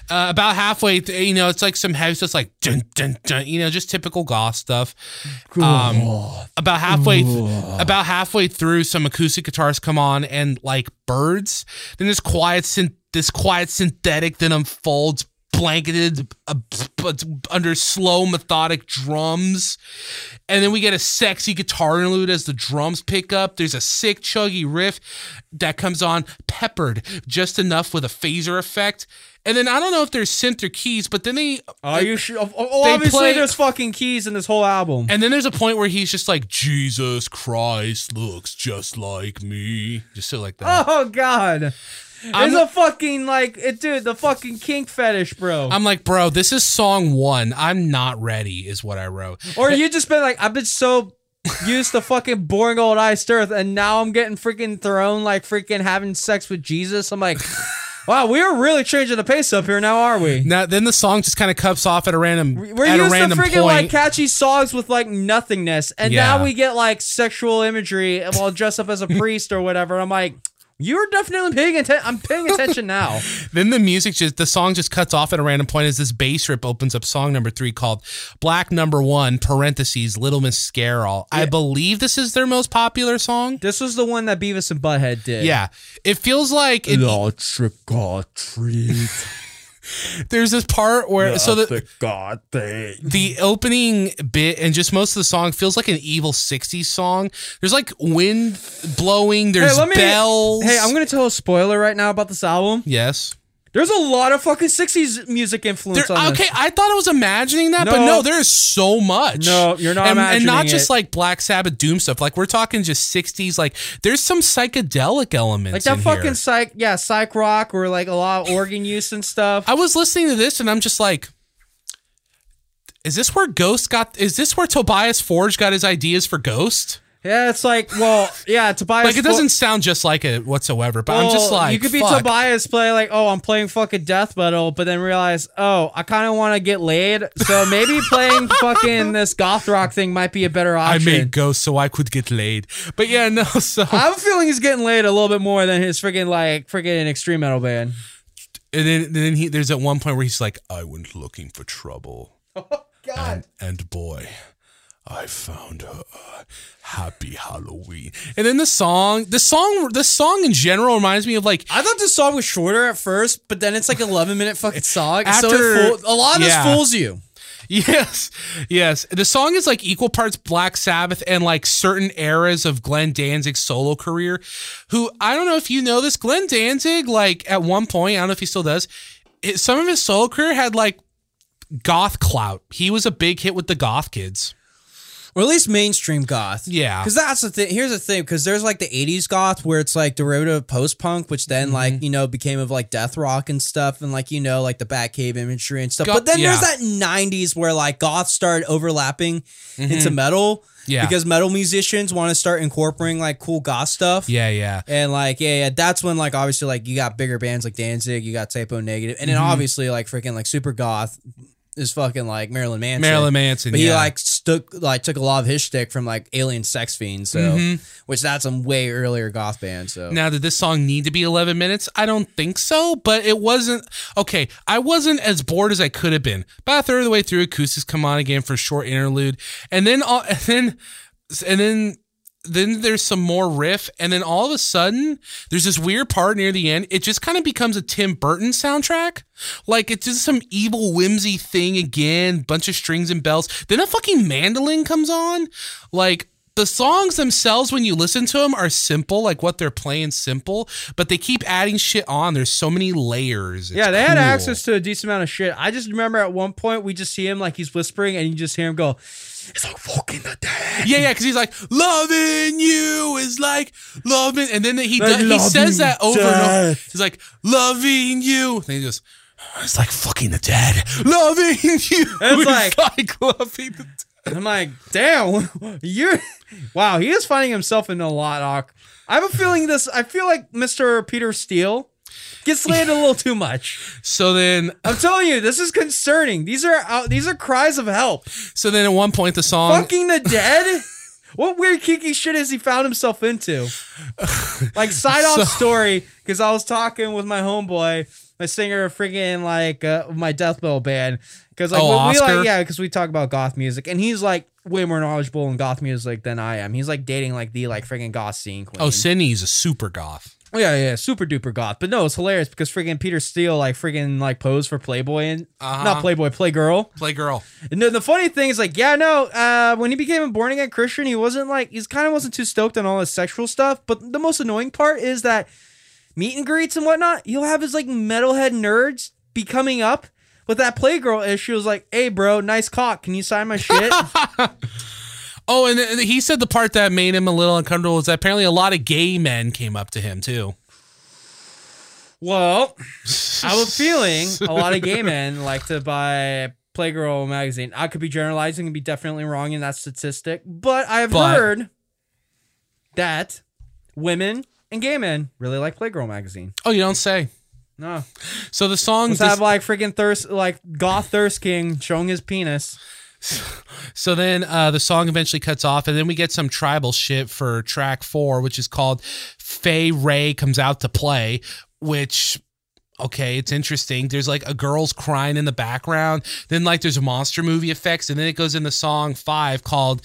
Uh, about halfway, th- you know, it's like some house that's like dun dun dun, you know, just typical goth stuff. Um, about halfway, th- about halfway through, some acoustic guitars come on and like birds. Then this quiet, syn- this quiet synthetic then unfolds, blanketed uh, but under slow, methodic drums. And then we get a sexy guitar interlude as the drums pick up. There's a sick, chuggy riff that comes on, peppered just enough with a phaser effect. And then I don't know if there's synth or keys, but then they. Oh, you should. Oh, oh, They obviously, play- there's fucking keys in this whole album. And then there's a point where he's just like, Jesus Christ looks just like me. Just so like that. Oh God, I'm- there's a fucking like, it, dude, the fucking kink fetish, bro. I'm like, bro, this is song one. I'm not ready, is what I wrote. or you just been like, I've been so used to fucking boring old iced earth, and now I'm getting freaking thrown like freaking having sex with Jesus. I'm like, wow, we are really changing the pace up here now, are we? Now, then the song just kind of cuts off at a random, We're at a used random to freaking point. like catchy songs with like nothingness, and Yeah. now we get like sexual imagery while dressed up as a priest or whatever. I'm like, you're definitely paying attention. I'm paying attention now. Then the music just the song just cuts off at a random point as this bass rip opens up song number three called Black Number One parentheses Little Miss Scarol. I believe this is their most popular song. This was the one that Beavis and Butthead did. Yeah, it feels like it, The trick or treat. there's this part where so the god thing. the opening bit and just most of the song feels like an evil 60s song. There's like wind blowing. There's Hey, let me. bells. Hey, I'm gonna tell a spoiler right now about this album. Yes. There's a lot of fucking '60s music influence There- on okay, this. I thought I was imagining that, but No. no, there is so much. No, you're not and, and not imagining just it. like Black Sabbath doom stuff. Like we're talking just 60s. Like there's some psychedelic elements. Like that in fucking here. psych, yeah, psych rock, or like a lot of organ use and stuff. I was listening to this and I'm just like, is this where Ghost got? Is this where Tobias Forge got his ideas for Ghost? Yeah, it's like, well, yeah, Tobias. Like it Fo- doesn't sound just like it whatsoever. But I'm just Well, like, you could be fuck. Tobias play like, oh, I'm playing fucking death metal, but then realize, oh, I kind of want to get laid, so maybe playing fucking this goth rock thing might be a better I option. made Ghost so I could get laid. But yeah, no. So I have a feeling he's getting laid a little bit more than his freaking like freaking extreme metal band. And then, then he, there's at one point where he's like, I went looking for trouble. God. And, and boy, I found her. uh, Happy Halloween. And then the song, the song, the song in general reminds me of like, I thought this song was shorter at first, but then it's like an 11 minute fucking song. so After- it fool- a lot of yeah. this fools you. yes, yes. The song is like equal parts Black Sabbath and like certain eras of Glenn Danzig's solo career. Who, I don't know if you know this, Glenn Danzig, like at one point, I don't know if he still does, it, some of his solo career had like goth clout. He was a big hit with the goth kids. Or at least mainstream goth. Yeah. Because that's the thing. Here's the thing. Because there's like the 80s goth where it's like derivative post punk, which then Mm-hmm. like, you know, became of like death rock and stuff and like, you know, like the Batcave imagery and stuff. Goth- but then yeah. there's that 90s where like goth started overlapping into metal. Mm-hmm. Yeah. Because metal musicians want to start incorporating like cool goth stuff. Yeah, yeah. And like, yeah, yeah, that's when like obviously like you got bigger bands like Danzig, you got Typo Negative, and then Mm-hmm. obviously like freaking like super goth is fucking like Marilyn Manson. Marilyn Manson. But yeah. he like stuck like took a lot of his shtick from like Alien Sex Fiend, so Mm-hmm. which that's a way earlier goth band. So now did this song need to be 11 minutes? I don't think so, but it wasn't okay. I wasn't as bored as I could have been. About a third of the way through, acoustics come on again for a short interlude, and then all and then and then then there's some more riff, and then all of a sudden there's this weird part near the end. It just kind of becomes a Tim Burton soundtrack. Like it's just some evil whimsy thing again, bunch of strings and bells. Then a fucking mandolin comes on. Like the songs themselves, when you listen to them, are simple. Like what they're playing, simple. But they keep adding shit on. There's so many layers. It's Yeah, they had cool. access to a decent amount of shit. I just remember at one point we just see him like he's whispering, and you just hear him go, "It's like fucking the day." Yeah, yeah, because he's like, loving you is like loving, and then he does, he says that over and over. He's like, loving you. And he goes, It's like fucking the dead, loving you. It's like- like loving the dead. I'm like, damn, you're wow. He is finding himself in a lot. Of, I have a feeling this. I feel like Mr. Peter Steele gets laid a little too much. So then, I'm telling you, this is concerning. These are out. These are cries of help. so then at one point the song. Fucking the dead. What weird kinky shit has he found himself into? Like side off So- story because I was talking with my homeboy, my singer, of freaking like uh, my death metal band. Because like Oh, when we Oscar? like yeah, because we talk about goth music, and he's like way more knowledgeable in goth music than I am. He's like dating like the like freaking goth scene queen. Oh, Oh, Sydney's a super goth. yeah, yeah, super duper goth. But no, it's hilarious because freaking Peter Steele like freaking like posed for Playboy and Uh-huh. not Playboy, Playgirl. Play girl. And the, the funny thing is, like, yeah, no, uh, when he became a born again Christian, he wasn't like, he's kind of wasn't too stoked on all his sexual stuff. But the most annoying part is that meet and greets and whatnot, he'll have his like metalhead nerds be coming up with that Playgirl issue. Is like, hey, bro, nice cock. Can you sign my shit? Oh, and and he said the part that made him a little uncomfortable is that apparently a lot of gay men came up to him too. well, I have a feeling a lot of gay men like to buy Playgirl magazine. I could be generalizing and be definitely wrong in that statistic, but I've But- heard that women and gay men really like Playgirl magazine. Oh, you don't say. No, So the song. let's have like freaking thirst, like goth thirst king showing his penis. So then uh, the song eventually cuts off, and then we get some tribal shit for track four, which is called Faye Ray Comes Out to Play, which. Okay, it's interesting. There's like a girl's crying in the background. Then like there's monster movie effects, and then it goes in the song five called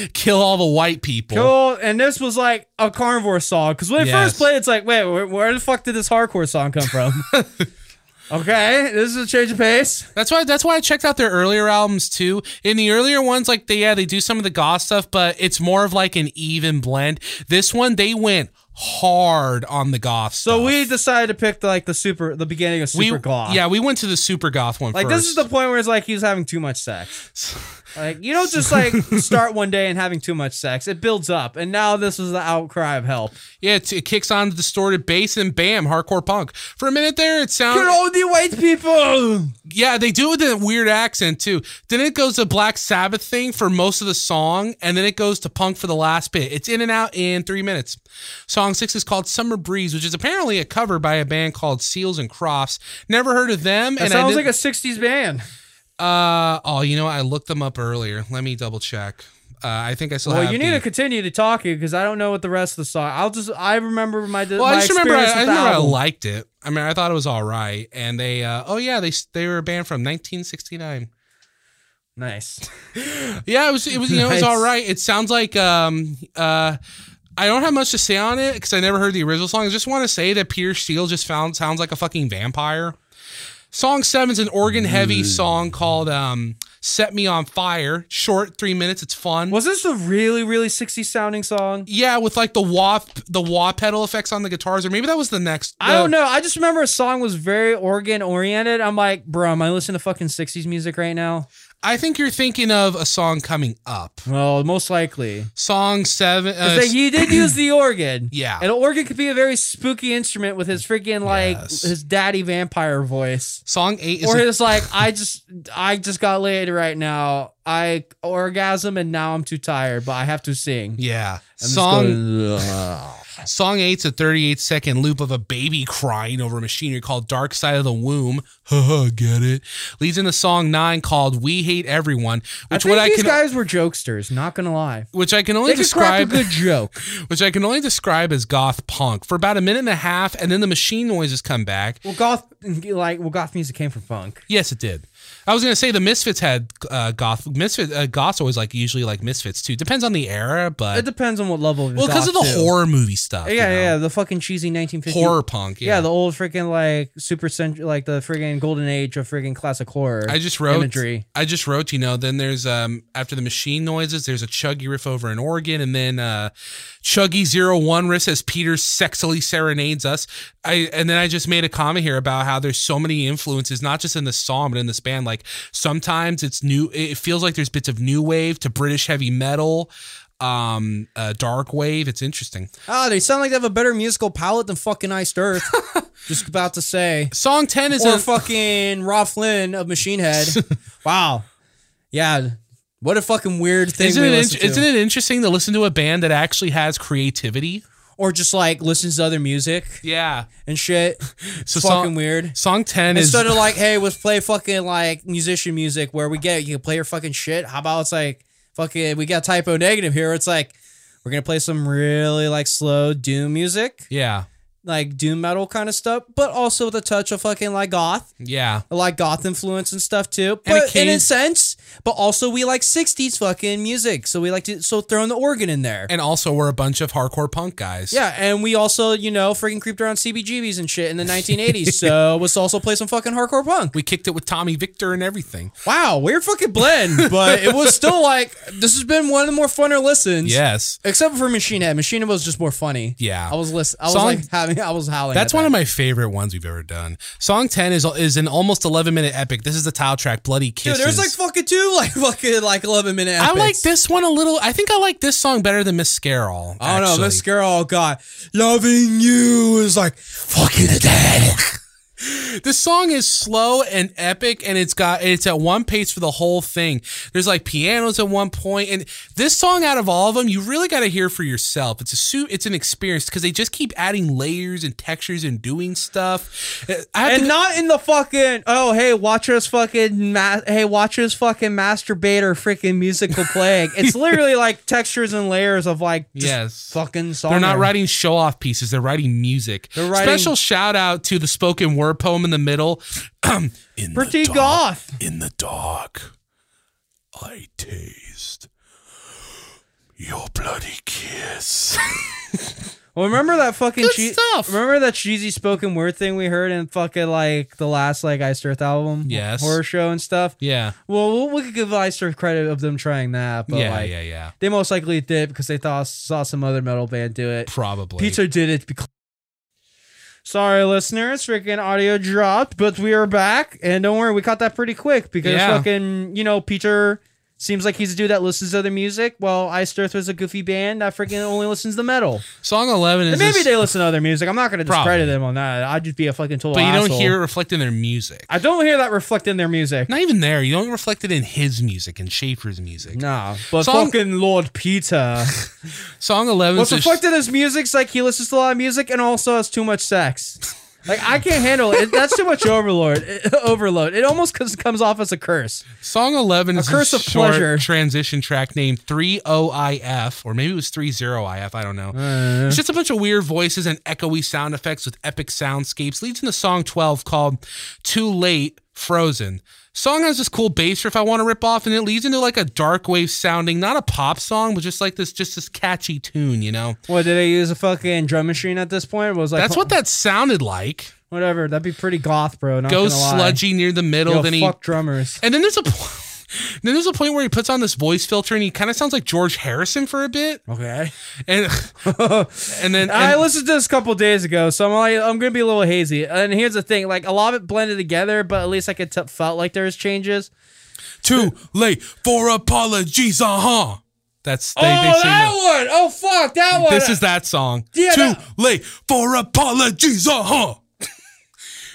"Kill All the White People." Cool. And this was like a carnivore song because when it Yes. first played, it's like, wait, where, where the fuck did this hardcore song come from? okay, this is a change of pace. That's why. That's why I checked out their earlier albums too. In the earlier ones, like they yeah they do some of the goth stuff, but it's more of like an even blend. This one they went hard on the goth. So stuff. we decided to pick the, like the super, the beginning of super goth. Yeah, we went to the super goth one Like this is the first. point where it's like he's having too much sex. Like you don't just like start one day and having too much sex. It builds up, and now this is the outcry of help. yeah. It, it kicks on the distorted bass and bam, hardcore punk. For a minute there, it Good sounds old the white people. yeah. They do it with a weird accent too. Then it goes to Black Sabbath thing for most of the song, and then it goes to punk for the last bit. It's in and out in three minutes. Song six is called Summer Breeze, which is apparently a cover by a band called Seals and Crofts. Never heard of them. That and sounds I like a didn't- '60s band. uh oh, you know what? I looked them up earlier. Let me double check. Uh, I think I still Well, have you need the- to continue to talk here because I don't know what the rest of the song. I'll just I remember my. Well, my I just remember I, experience I with the remember I album. liked it. I mean, I thought it was all right. And they, uh, oh yeah, they they were a band from 1969. Nice. Yeah, it was it was you know it was Nice. all right. It sounds like um uh. I don't have much to say on it because I never heard the original song. I just want to say that Peter Steele just found sounds like a fucking vampire. Song seven's an organ heavy Mm. song called um, "Set Me on Fire." Short, three minutes. It's fun. Was this a really really '60s sounding song? Yeah, with like the wah the wah pedal effects on the guitars, or maybe that was the next. I the- don't know. I just remember a song was very organ oriented. I'm like, bro, am I listening to fucking '60s music right now? I think you're thinking of a song coming up. Well, most likely. Song seven. Uh, Because he did use the organ. Yeah. And an organ could be a very spooky instrument with his freaking like Yes. his daddy vampire voice. song eight is or a- it's like I just I just got laid right now. I orgasm and now I'm too tired, but I have to sing. yeah. And it's Song going, uh, song eight's a 38 second loop of a baby crying over machinery called "Dark Side of the Womb." Haha, Get it? Leads into song nine called "We Hate Everyone," I which think what I these can guys were jokesters. Not gonna lie, which I can only they could crack a describe good joke. which I can only describe as goth punk for about a minute and a half, and then the machine noises come back. Well, goth like well, goth music came from funk. Yes, it did. I was gonna say the Misfits had uh, goth. Misfits uh, goths always like usually like Misfits too. Depends on the era, It but depends on what level. well, because of the goth, too. horror movie stuff. Yeah, you know? yeah, the fucking cheesy 1950s horror punk. Yeah, Yeah, the old freaking like super century, like the freaking golden age of freaking classic horror. I just wrote. imagery. I just wrote. You know, then there's um after the machine noises, there's a chuggy riff over in Oregon, and then uh chuggy zero one riff as Peter sexily serenades us. I and then I just made a comment here about how there's so many influences, not just in this song but in this band. Like sometimes it's new. It feels like there's bits of new wave to British heavy metal. um, uh, dark wave. It's interesting. Oh, they sound like they have a better musical palette than fucking Iced Earth. Just about to say. Song ten is or a fucking Rob Flynn of Machine Head. wow. Yeah. What a fucking weird thing isn't we it, in- listen to. isn't it interesting to listen to a band that actually has creativity? Or just like listens to other music Yeah. and shit. So fucking song, weird. Song ten is Instead of like, hey, let's play fucking like musician music where we get you can play your fucking shit. How about it's like fucking we got typo negative here. It's like we're gonna play some really like slow doom music, yeah, like doom metal kind of stuff, but also with a touch of fucking like goth. yeah. I like goth influence and stuff too, And but in a occasion- sense, but also we like '60s fucking music, so we like to so throwing the organ in there. And also, we're a bunch of hardcore punk guys. yeah, and we also you know freaking creeped around CBGBs and shit in the 1980s, so let's also play some fucking hardcore punk. We kicked it with Tommy Victor and everything. Wow, weird fucking blend, but it was still like this has been one of the more funner listens. Yes. except for Machine Head. Machine Head was just more funny. Yeah. I was list- I was Song- like having I was howling. That's one of my favorite ones we've ever done. Song 10 is is an almost 11 minute epic. This is the title track, Bloody dude. Kisses. There's like fucking two like fucking like 11 minute. I Epics. like this one a little. I think I like this song better than Miss Scarol. Oh no, this girl got loving you is like fucking the dead. This song is slow and epic, and it's got it's at one pace for the whole thing. There's like pianos at one point, and this song out of all of them, you really got to hear for yourself. It's a suit, it's an experience because they just keep adding layers and textures and doing stuff. I have And to- not in the fucking oh hey watch us fucking ma- hey watch us fucking masturbate or freaking musical playing. It's literally like textures and layers of like just yes, fucking song. They're not writing show off pieces. They're writing music. They're writing- Special shout out to the spoken word poem in the middle. in pretty the dark, goth. In the dark, I taste your bloody kiss. Well, remember that fucking Good che- stuff. Remember that cheesy spoken word thing we heard in fucking like the last like Iced Earth album, Yes. horror show and stuff. yeah. Well, we we could give Iced Earth credit of them trying that, but yeah. like yeah. Yeah. they most likely did because they thought saw some other metal band do it. Probably. Peter did it because. Sorry, listeners. Freaking audio dropped, but we are back. And don't worry, we caught that pretty quick because Yeah. fucking, you know, Peter seems like he's a dude that listens to other music. Well, Iced Earth was a goofy band that freaking only listens to metal. Song 11 is. And maybe this- they listen to other music. I'm not going to Probably. discredit them on that. I'd just be a fucking total but you don't asshole. hear it reflected in their music. I don't hear that reflect in their music. Not even there. You don't reflect it in his music and Schaefer's music. Nah, but Song- fucking Lord Peter. Song 11 What's is. reflected in his music's like he listens to a lot of music and also has too much sex. Like I can't handle it. That's too much overlord, overload. It almost comes, comes off as a curse. Song 11 is a curse of short pleasure. transition track named 30IF, or maybe it was 30IF, I don't know. Uh. it's just a bunch of weird voices and echoey sound effects with epic soundscapes. Leads into song 12 called Too Late Frozen. Song has this cool bass riff I want to rip off, and it leads into like a dark wave sounding, not a pop song, but just like this, just this catchy tune, you know? What did they use a fucking drum machine at this point? It was like That's what that sounded like. whatever. That'd be pretty goth, bro. Not Goes gonna lie. sludgy near the middle, Yo, then he fuck drummers. And then there's a po- then there's a point where he puts on this voice filter and he kind of sounds like George Harrison for a bit. Okay. And and then I and- listened to this a couple days ago, so I'm like, I'm gonna be a little hazy. And here's the thing: like a lot of it blended together, but at least I could t- felt like there was changes. too late for apologies, uh huh. That's they, they sing that. Oh, one! Oh fuck, that one! This is that song. Yeah, too that- late for apologies, uh huh.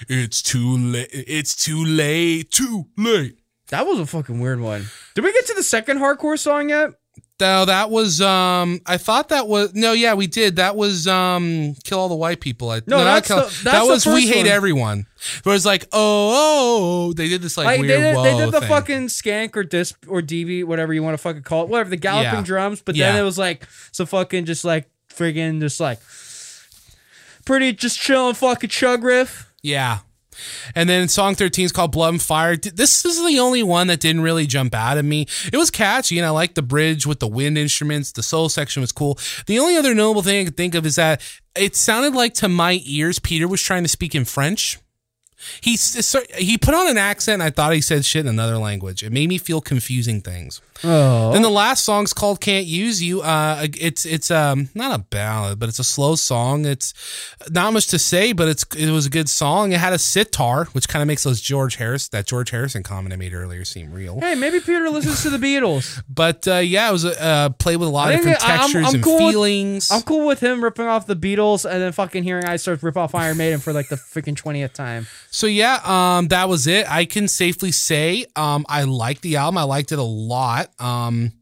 it's too late. It's too late. Too late. that was a fucking weird one. Did we get to the second hardcore song yet? No, that was um. I thought that was no. Yeah, we did. That was um. Kill all the white people. I, No, not that's kill, the- that's that the was we first hate one. everyone. Where it's like oh, oh, oh, they did this like, Like weird. they did, they whoa did the thing. fucking skank or disc or DV, whatever you want to fucking call it, whatever the galloping Yeah. drums. But Yeah. then it was like some fucking just like friggin' just like pretty just chilling fucking chug riff. yeah. And then song thirteen is called Blood and Fire. D- This is the only one that didn't really jump out at me. It was catchy, and I liked the bridge with the wind instruments. The soul section was cool. The only other notable thing I could think of is that it sounded like to my ears Peter was trying to speak in French. He s- so- he put on an accent. And I thought he said shit in another language. It made me feel confusing things. Oh. Then the last song's called "Can't Use You." Uh, it's it's um not a ballad, but it's a slow song. It's not much to say, but it's it was a good song. It had a sitar, which kind of makes those George Harris that George Harrison comment I made earlier seem real. Hey, maybe Peter listens to the Beatles. But uh, yeah, it was a uh, play with a lot I of think different I- I'm- textures I'm and cool with- feelings. I'm cool with him ripping off the Beatles and then fucking hearing I Start rip off Iron Maiden for like the freaking twentieth time. So yeah, um, that was it. I can safely say um, I liked the album. I liked it a lot. Um,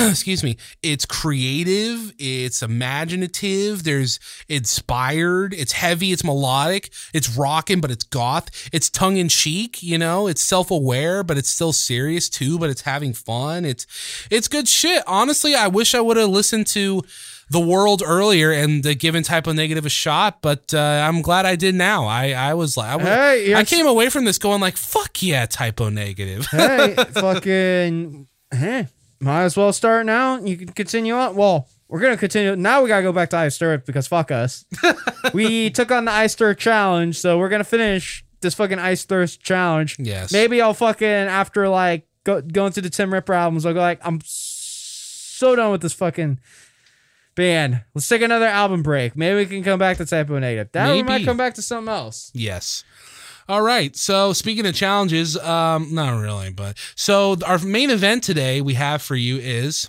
excuse me. It's creative. It's imaginative. There's inspired. It's heavy. It's melodic. It's rocking, but it's goth. It's tongue in cheek. You know, it's self aware, but it's still serious too. But it's having fun. It's it's good shit. Honestly, I wish I would have listened to the world earlier and the given type of negative a shot, but uh, I'm glad I did now. I, I was like, I, was- Hey, you're- I came away from this going like, fuck yeah, typo negative. Hey, fucking. Hey, might as well start now. You can continue on. Well, we're gonna continue. Now we gotta go back to Ice Stir because fuck us. we took on the Ice Stir challenge, so we're gonna finish this fucking Ice Stir challenge. Yes. Maybe I'll fucking after like go, going through the Tim Ripper albums, I'll go like I'm so done with this fucking band. Let's take another album break. Maybe we can come back to Typo Negative. That we might Maybe. come back to something else. Yes. All right. So speaking of challenges, um, not really, but so our main event today we have for you is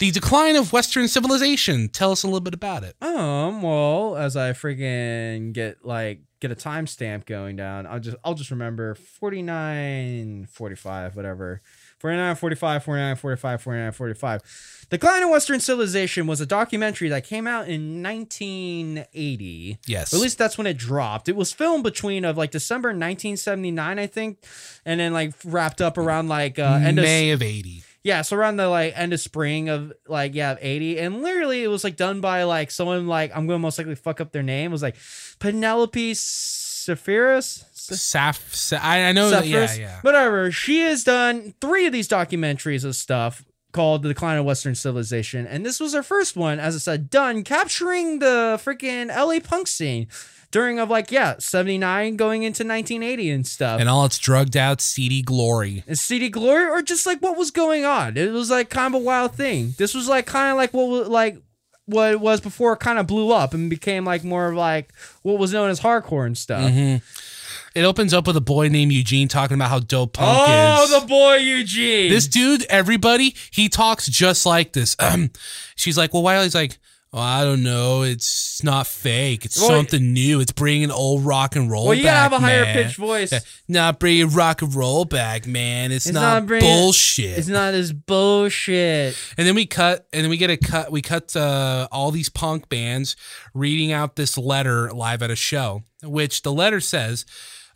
the decline of Western civilization. Tell us a little bit about it. Um, well, as I freaking get like get a timestamp going down, I'll just I'll just remember 49 45 whatever. 49 45 49 45 49 45. Decline of Western Civilization was a documentary that came out in 1980. Yes. Or at least that's when it dropped. It was filmed between of like December 1979, I think, and then like wrapped up around like uh, end of May of eighty. yeah, so around the like end of spring of like yeah, of 80. And literally it was like done by like someone like I'm gonna most likely fuck up their name. It was like Penelope Sephiris. Saf. Sa- I, I know. That, Oh, yeah. Sephiris? Yeah. Whatever. She has done three of these documentaries of stuff called The Decline of Western Civilization. And this was her first one, as I said, done capturing the freaking LA punk scene during of like, yeah, 79 going into 1980 and stuff. And all its drugged out, seedy glory. and CD Glory, or just like what was going on. It was like kind of a wild thing. This was like kind of like what was like what it was before it kind of blew up and became like more of like what was known as hardcore and stuff. Mm-hmm. It opens up with a boy named Eugene talking about how dope punk Oh, is. boy Eugene. This dude, everybody, he talks just like this. She's like, well, why? He's like, well, I don't know. It's not fake. It's Well, something new. It's bringing old rock and roll. well, you gotta have back, a higher man. pitched voice. Yeah, Not bringing rock and roll back, man. It's, It's not, not bringing- bullshit. It's not as bullshit. and then we cut, and then we get a cut. We cut uh, all these punk bands reading out this letter live at a show, which the letter says,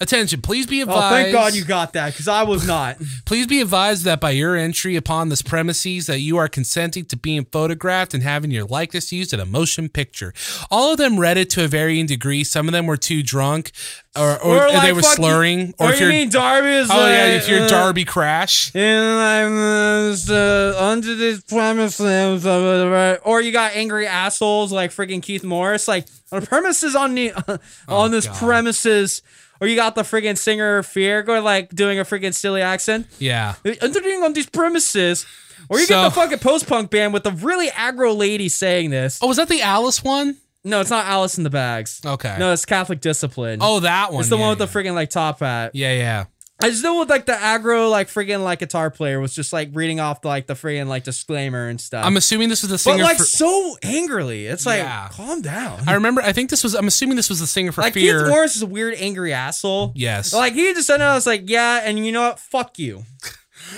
"Attention, please be advised." Oh, thank God you got that because I was not. Please be advised that by your entry upon this premises that you are consenting to being photographed and having your likeness used in a motion picture. All of them read it to a varying degree. Some of them were too drunk or, or, Or they like were fuck- slurring. Or or if you you're mean Darby is Oh like, yeah, if you're uh, Darby Crash. And I'm uh, so under this premises of uh, right- or you got angry assholes like freaking Keith Morris, like on the premises on the on this God. premises, or you got the freaking singer of Fear going like doing a freaking silly accent, Yeah. entering on these premises, or you So- get the fucking post punk band with the really aggro lady saying this. Oh, was that the Alice one? No, it's not Alice in the Bags. Okay. No, it's Catholic Discipline. Oh, that one. it's the yeah, one with yeah. the freaking like top hat. Yeah, yeah. I just know with like the aggro, like friggin' like guitar player was just like reading off like the friggin' like disclaimer and stuff. I'm assuming this was the but singer like for so angrily, it's like Yeah. calm down. I remember I think this was I'm assuming this was the singer for like Fear. Keith Morris is a weird angry asshole. Yes. like he just said, "I was like, yeah," and you know what? Fuck you,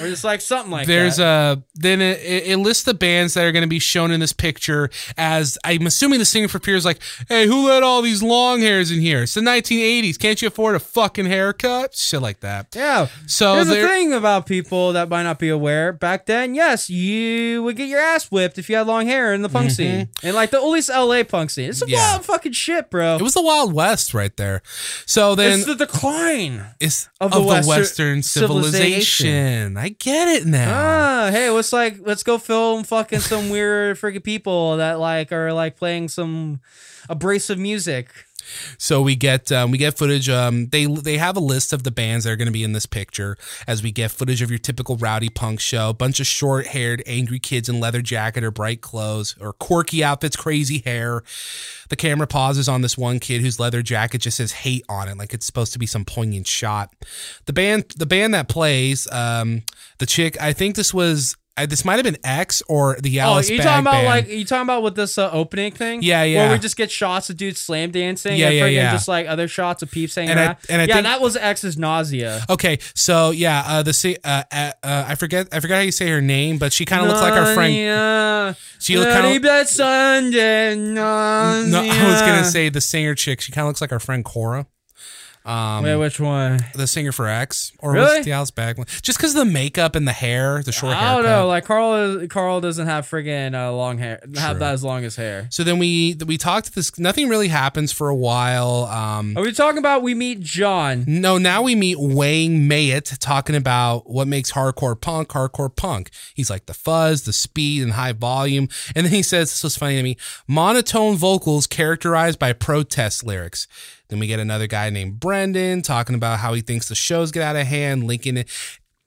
or just like something like There's that. a then it, it it lists the bands that are going to be shown in this picture as I'm assuming the singer for Fear is like, hey, who let all these long hairs in here? It's the 1980s. Can't you afford a fucking haircut? Shit like that. yeah. So Here's the Oh, there, thing about people that might not be aware. Back then, yes, you would get your ass whipped if you had long hair in the punk scene, and like the at least LA punk scene. It's a Mm-hmm. Yeah. wild fucking shit, bro. it was the Wild West right there. So then it's the decline. it's of of, the the, Western Western, civilization. I get it now. Ah, hey, let's like let's go film fucking some weird freaking people that like are like playing some abrasive music. So we get um, we get footage. Um, they they have a list of the bands that are going to be in this picture. As we get footage of your typical rowdy punk show, a bunch of short haired angry kids in leather jacket or bright clothes or quirky outfits, crazy hair. The camera pauses on this one kid whose leather jacket just says "hate" on it, like it's supposed to be some poignant shot. The band the band that plays um, the chick. I think this was. I, this might have been X or the Oh, Alice. you Bag talking about Band. like you talking about with this uh, opening thing? Yeah, yeah. Where we just get shots of dudes slam dancing. Yeah, and yeah, friggin' yeah. Just like other shots of peeps saying And I- that. and I yeah, think- that was X's nausea. Okay, so yeah, uh, the si- uh, uh, uh, I forget I forget how you say her name, but she kind of looks like our friend. Nausea, She look kind of. that Sunday. Nausea. No, I was gonna say the singer chick. She kind of looks like our friend Cora, um, Wait, which one? the singer for X, or Really? was it the Alice Bag one? Just because of the makeup and the hair, the I short hair. don't know. Like Carl, Carl doesn't have friggin' uh, long hair. Have True. that as long as hair. So then we we talked this. Nothing really happens for a while. Um, Are we talking about we meet John? No, now we meet Wayne Mayett talking about what makes hardcore punk hardcore punk. He's like the fuzz, the speed, and high volume. And then he says, This was funny to me monotone vocals characterized by protest lyrics. Then we get another guy named Brendan talking about how he thinks the shows get out of hand, linking it.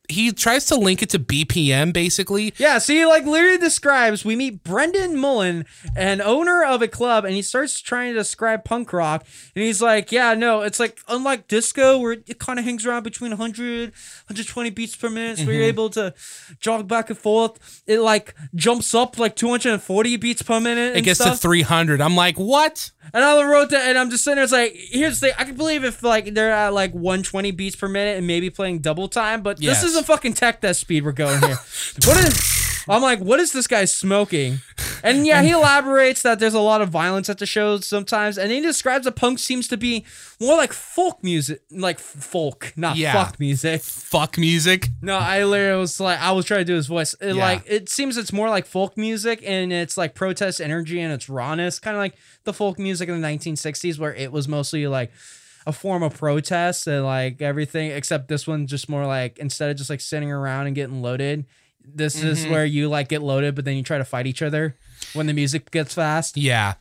He tries to link it to BPM basically. Yeah, see, like literally describes we meet Brendan Mullen, an owner of a club, and he starts trying to describe punk rock. And he's like, Yeah, no, it's like unlike disco where it kind of hangs around between 100, 120 beats per minute, so Mm-hmm. you're able to jog back and forth. It like jumps up like 240 beats per minute. It and gets stuff. to 300. I'm like, What? And I wrote that, and I'm just sitting there. It's like, here's the thing. I can believe if like they're at like 120 beats per minute and maybe playing double time, but Yes. this isn't fucking tech that speed we're going here. what is? I'm like, what is this guy smoking? And yeah, he elaborates that there's a lot of violence at the shows sometimes, and he describes the punk seems to be more like folk music, like f- folk, not Yeah. fuck music. Fuck music. No, I literally was like, I was trying to do his voice. It, Yeah. Like, it seems it's more like folk music and it's like protest energy and it's rawness, kind of like the folk music in the 1960s, where it was mostly like a form of protest and like everything, except this one just more like instead of just like sitting around and getting loaded, this is Mm-hmm. where you like get loaded, but then you try to fight each other when the music gets fast. Yeah.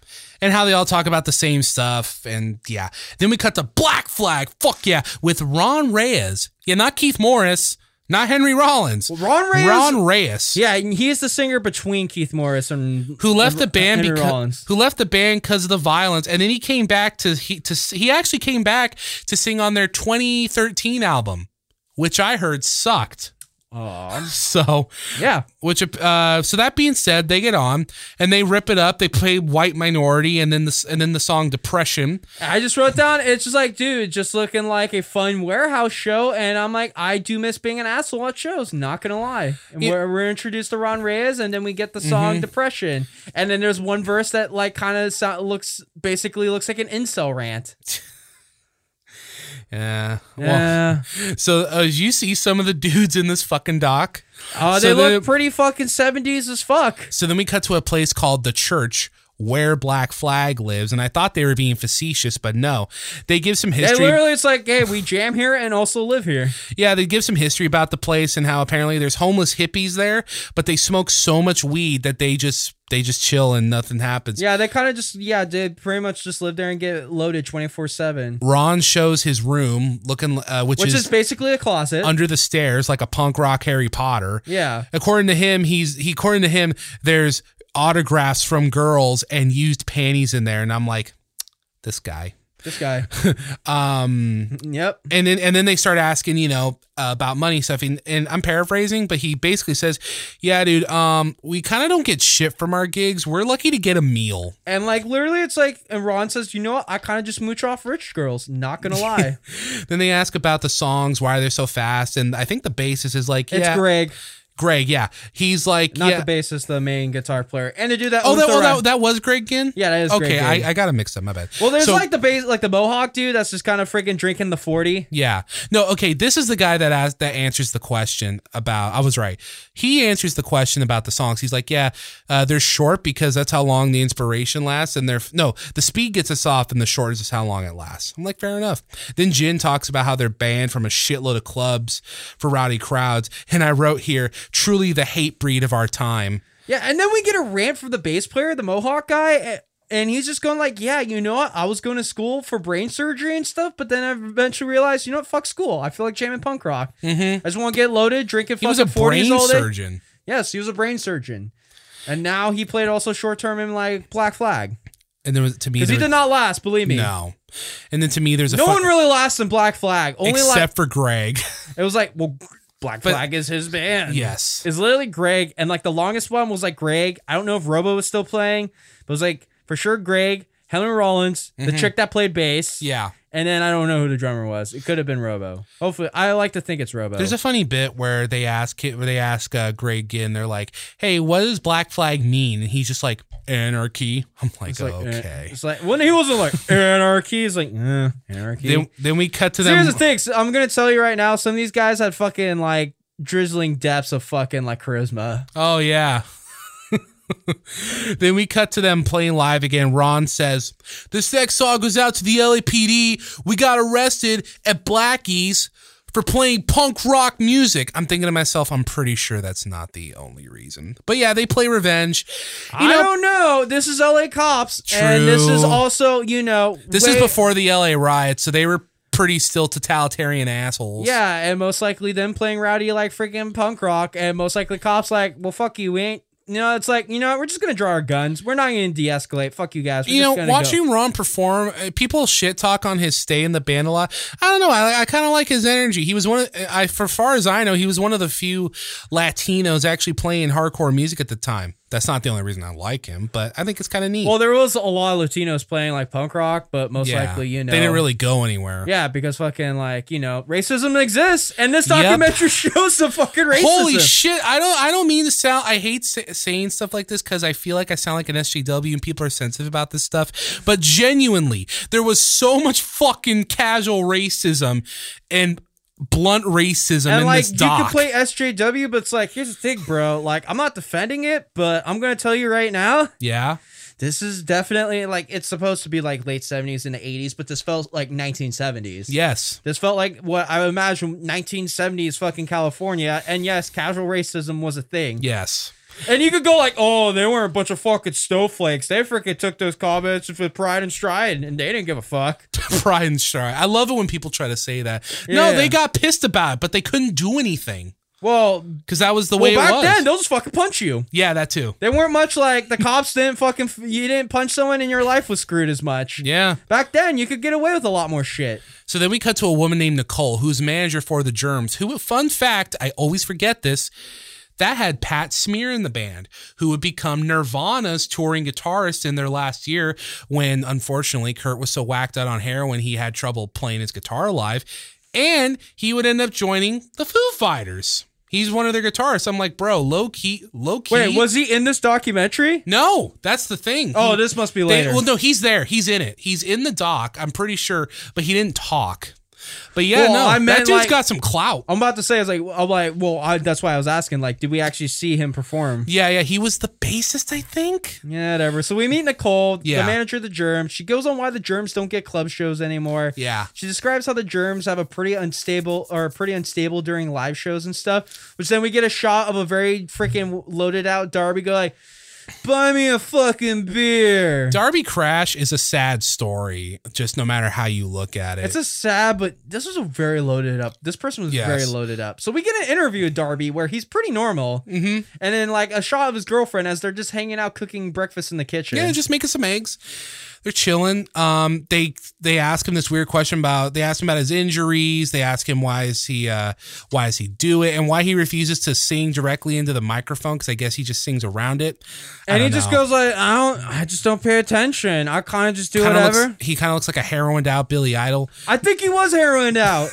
And how they all talk about the same stuff. And yeah. Then we cut to Black Flag. Fuck yeah. With Ron Reyes. Yeah, not Keith Morris, not Henry Rollins. Ron Reyes. Ron Reyes. yeah, and he is the singer between Keith Morris and Who left the and band Henry because Rollins. who left the band because of the violence, and then he came back to he to he actually came back to sing on their 2013 album, which I heard sucked. Aw. So Yeah. which uh so that being said they get on and they rip it up they play white minority and then the and then the song depression I just wrote down, it's just like, dude, just looking like a fun warehouse show. And I'm like, I do miss being an asshole at shows, not gonna lie. And Yeah. Mm-hmm. we're, we're introduced to Ron Reyes, and then we get the song Depression. And then there's one verse that, like, kind of so- looks basically looks like an incel rant. yeah well, Yeah. So uh, you see some of the dudes in this fucking dock. Oh, they so look they- pretty fucking 70s as fuck. So then we cut to a place called the church where Black Flag lives, and I thought they were being facetious, but no, they give some And history. literally, it's like, hey, we jam here and also live here. yeah, they give some history about the place and how apparently there's homeless hippies there, but they smoke so much weed that they just they just chill and nothing happens. Yeah, they kind of just, yeah, they pretty much just live there and get loaded 24 7, Ron shows his room, looking uh, which, which is, is basically a closet. under the stairs like a punk rock Harry Potter. yeah. according to him he's he according to him there's autographs from girls and used panties in there and i'm like this guy This guy. um Yep. and then and then they start asking you know uh, about money stuff and, and i'm paraphrasing but he basically says yeah dude um we kind of don't get shit from our gigs we're lucky to get a meal And like literally, it's like, and Ron says, "You know what? I kind of just mooch off rich girls. Not gonna lie, then they ask about the songs why they're so fast and i think the bassist is like it's yeah Greg, greg yeah he's like not yeah the bassist, the main guitar player." And to do that, oh that, with oh the that, rap- that was greg Ginn? yeah, that is Greg okay Ginn. I, I got to mix up my bad well, there's So- like the bass, like the Mohawk dude that's just kind of freaking drinking the forty. Yeah. No, okay, this is the guy that asked that answers the question about I was right. He answers the question about the songs. He's like, "Yeah, uh, they're short because that's how long the inspiration lasts and they're no, the speed gets us off and the short is just how long it lasts." I'm like, "Fair enough." Then Jin talks about how they're banned from a shitload of clubs for rowdy crowds, and I wrote here, "Truly the hate breed of our time." Yeah, and then we get a rant from the bass player, the Mohawk guy, eh, and he's just going like, yeah, you know what? I was going to school for brain surgery and stuff, but then I eventually realized, you know what? Fuck school. I feel like jamming punk rock. Mm-hmm. I just want to get loaded, drinking He fucking was a 40s brain all day. surgeon. Yes, he was a brain surgeon. And now he played also short term in like Black Flag. And there was to me Because he there did not last, believe me. no. And then to me there's a No fuck- one really lasts in Black Flag. Only except like for Greg. it was like, well, Black But- Flag is his band. yes. It's literally Greg, and like the longest one was like Greg. I don't know if Robo was still playing, but it was like for sure Greg, Helen Rollins, the chick that played bass, Mm-hmm. Yeah. and then I don't know who the drummer was. It could have been Robo. Hopefully, I like to think it's Robo. There's a funny bit where they ask where they ask uh, Greg Ginn, they're like, "Hey, what does Black Flag mean?" And he's just like, "Anarchy." I'm like, It's like, eh, "Okay." it's like when he wasn't like anarchy. He's like eh, anarchy. then then we cut to So them. here's the thing. So I'm gonna tell you right now. Some of these guys had fucking like drizzling depths of fucking like charisma. Oh yeah. then we cut to them playing live again. Ron says, "This next song goes out to the LAPD. We got arrested at Blackie's for playing punk rock music." I'm thinking to myself, I'm pretty sure that's not the only reason. But yeah, they play Revenge. You I know, don't know. This is LA cops, and this is True. also you know this way- is before the LA riots, so they were pretty still totalitarian assholes. Yeah, and most likely them playing rowdy like freaking punk rock, and most likely cops like, well, fuck you, we ain't. You know, it's like you know, what, we're just gonna draw our guns. We're not gonna de-escalate. Fuck you guys. We're you just know, gonna go." watching Ron perform, uh, people shit talk on his stay in the band a lot. I don't know. I, I kind of like his energy. He was one of, I, for far as I know, he was one of the few Latinos actually playing hardcore music at the time. That's not the only reason I like him, but I think it's kind of neat. Well, there was a lot of Latinos playing like punk rock, but most Yeah. likely, you know, they didn't really go anywhere. Yeah, because fucking like you know, racism exists, and this Yep. documentary shows the fucking racism. Holy shit! I don't. I don't mean to sound. I hate sa- saying stuff like this because I feel like I sound like an SJW and people are sensitive about this stuff. But genuinely, there was so much fucking casual racism and blunt racism And in like this you doc. can play SJW, but it's like here's the thing, bro. Like I'm not defending it, but I'm gonna tell you right now, yeah, this is definitely like it's supposed to be like late 70s and the 80s, but this felt like 1970s. yes, This felt like what I would imagine 1970s fucking California. And yes, casual racism was a thing. yes. And you could go like, oh, they were a bunch of fucking snowflakes. They freaking took those comments with pride and stride, and they didn't give a fuck. Pride and stride. I love it when people try to say that. Yeah. No, they got pissed about it, but they couldn't do anything Well, because that was the well way back it was. then, they'll just fucking punch you. yeah, that too. They weren't much like the cops didn't fucking, you didn't punch someone and your life was screwed as much. Yeah. Back then, you could get away with a lot more shit. So then we cut to a woman named Nicole, who's manager for the Germs, who, fun fact, I always forget this, that had Pat Smear in the band, who would become Nirvana's touring guitarist in their last year when, unfortunately, Kurt was so whacked out on heroin he had trouble playing his guitar live. And he would end up joining the Foo Fighters. He's one of their guitarists. I'm like, bro, low key, low key. Wait, was he in this documentary? No, that's the thing. Oh, He- this must be they- later. well, no, he's there. He's in it. He's in the doc. I'm pretty sure, but he didn't talk. But yeah, Well, no, I meant that dude's like- got some clout. I'm about to say, I was like, I'm like, well, I, that's why I was asking, like, did we actually see him perform? Yeah, yeah, he was the bassist, I think. Yeah, whatever. So we meet Nicole, Yeah. the manager of the Germs. She goes on why the Germs don't get club shows anymore. Yeah. She describes how the Germs have a pretty unstable or are pretty unstable during live shows and stuff. Which then we get a shot of a very freaking loaded out Darby go like, "Buy me a fucking beer." Darby Crash is a sad story, just no matter how you look at it. It's a sad, but this was a very loaded up. This person was Yes. very loaded up. So we get an interview with Darby where he's pretty normal, Mhm. and then like a shot of his girlfriend as they're just hanging out cooking breakfast in the kitchen. Yeah, just making some eggs. They're chilling. Um, they they ask him this weird question about they ask him about his injuries. They ask him why is he uh why does he do it and why he refuses to sing directly into the microphone because I guess he just sings around it. I and he don't just know. goes like, I don't, I just don't pay attention. I kind of just do Kinda whatever. looks- he kind of looks like a heroined out Billy Idol. I think he was heroined out.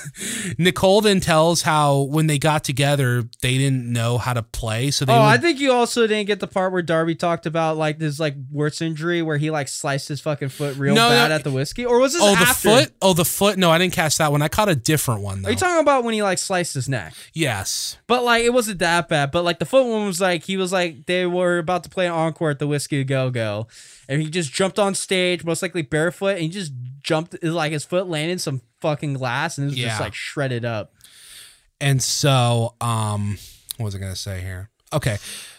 Nicole then tells how when they got together, they didn't know how to play, so they oh, would- I think you also didn't get the part where Darby talked about like this like worst injury where he like sliced his fucking foot real No, no. bad at the whiskey, or was this? oh the after? foot oh the foot. No, I didn't catch that one. I caught a different one though. Are you talking about when he like sliced his neck? yes, But like it wasn't that bad. But like the foot one was like he was like they were about to play an encore at the Whiskey Go Go, and he just jumped on stage, most likely barefoot, and he just jumped like his foot landed in some fucking glass, and it was Yeah. just like shredded up. and so um, what was I gonna say here? Okay,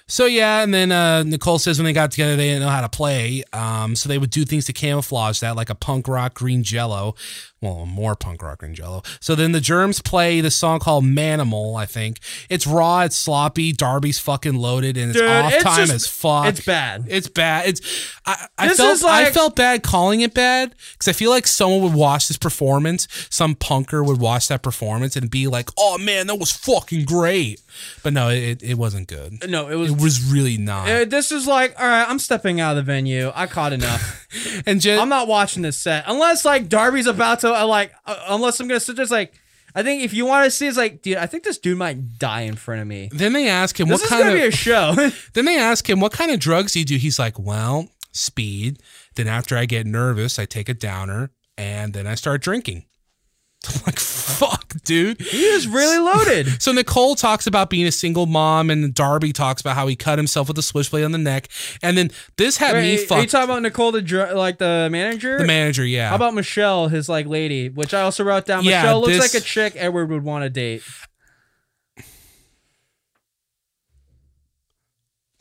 So yeah, and then uh, Nicole says when they got together, they didn't know how to play, um, so they would do things to camouflage that, like a punk rock green jello, well, more punk rock green jello. So then the Germs play the song called "Manimal." I think it's raw, it's sloppy. Darby's fucking loaded, and it's Dude, off it's time just- as fuck. It's bad. It's bad. It's I, I This felt is like- I felt bad calling it bad because I feel like someone would watch this performance, some punker would watch that performance and be like, "Oh man, that was fucking great," but no, it it wasn't good. No, it was. It was really not. uh, this is like, all right, I'm stepping out of the venue. I caught enough. and Jen, I'm not watching this set unless like Darby's about to uh, like uh, unless I'm gonna sit just like I think if you want to see it's like dude I think this dude might die in front of me. then they ask him This what is kind gonna of be a show. then they ask him what kind of drugs do you do. He's like, "Well, speed. Then after I get nervous, I take a downer and then I start drinking." I'm like, "Fuck, dude." he is really loaded. So Nicole talks about being a single mom, and Darby talks about how he cut himself with a switchblade on the neck, and then this had me Wait, are you fucked. talking about Nicole the dr- like the manager? the manager, yeah. How about Michelle, his like lady, which I also wrote down. Yeah, Michelle looks this- like a chick Edward would want to date.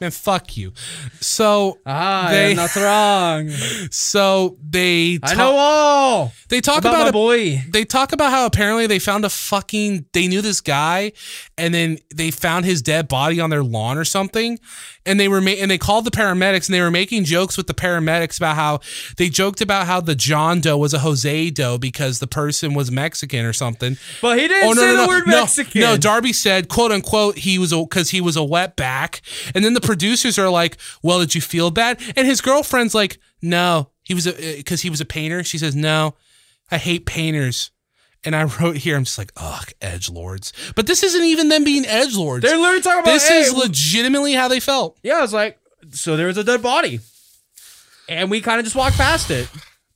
Man, fuck you. So, Ah, They- I am not wrong. so they I talk- know all they talk about, about, my a- boy. they talk about how apparently they found a fucking they knew this guy and then they found his dead body on their lawn or something and they were ma- and they called the paramedics and they were making jokes with the paramedics about how they joked about how the John Doe was a Jose Doe because the person was Mexican or something But he didn't say the word Oh, no, Mexican. No, Darby said, quote unquote, he was because he was a wet back. And then the producers are like, well, did you feel bad? And his girlfriend's like, no, he was because he was a painter. She says, no, I hate painters. And I wrote here, I'm just like, ugh, edge lords. But this isn't even them being edge lords. They're literally talking about This hey, is legitimately how they felt. yeah, I was like, so there was a dead body. And we kind of just walked past it.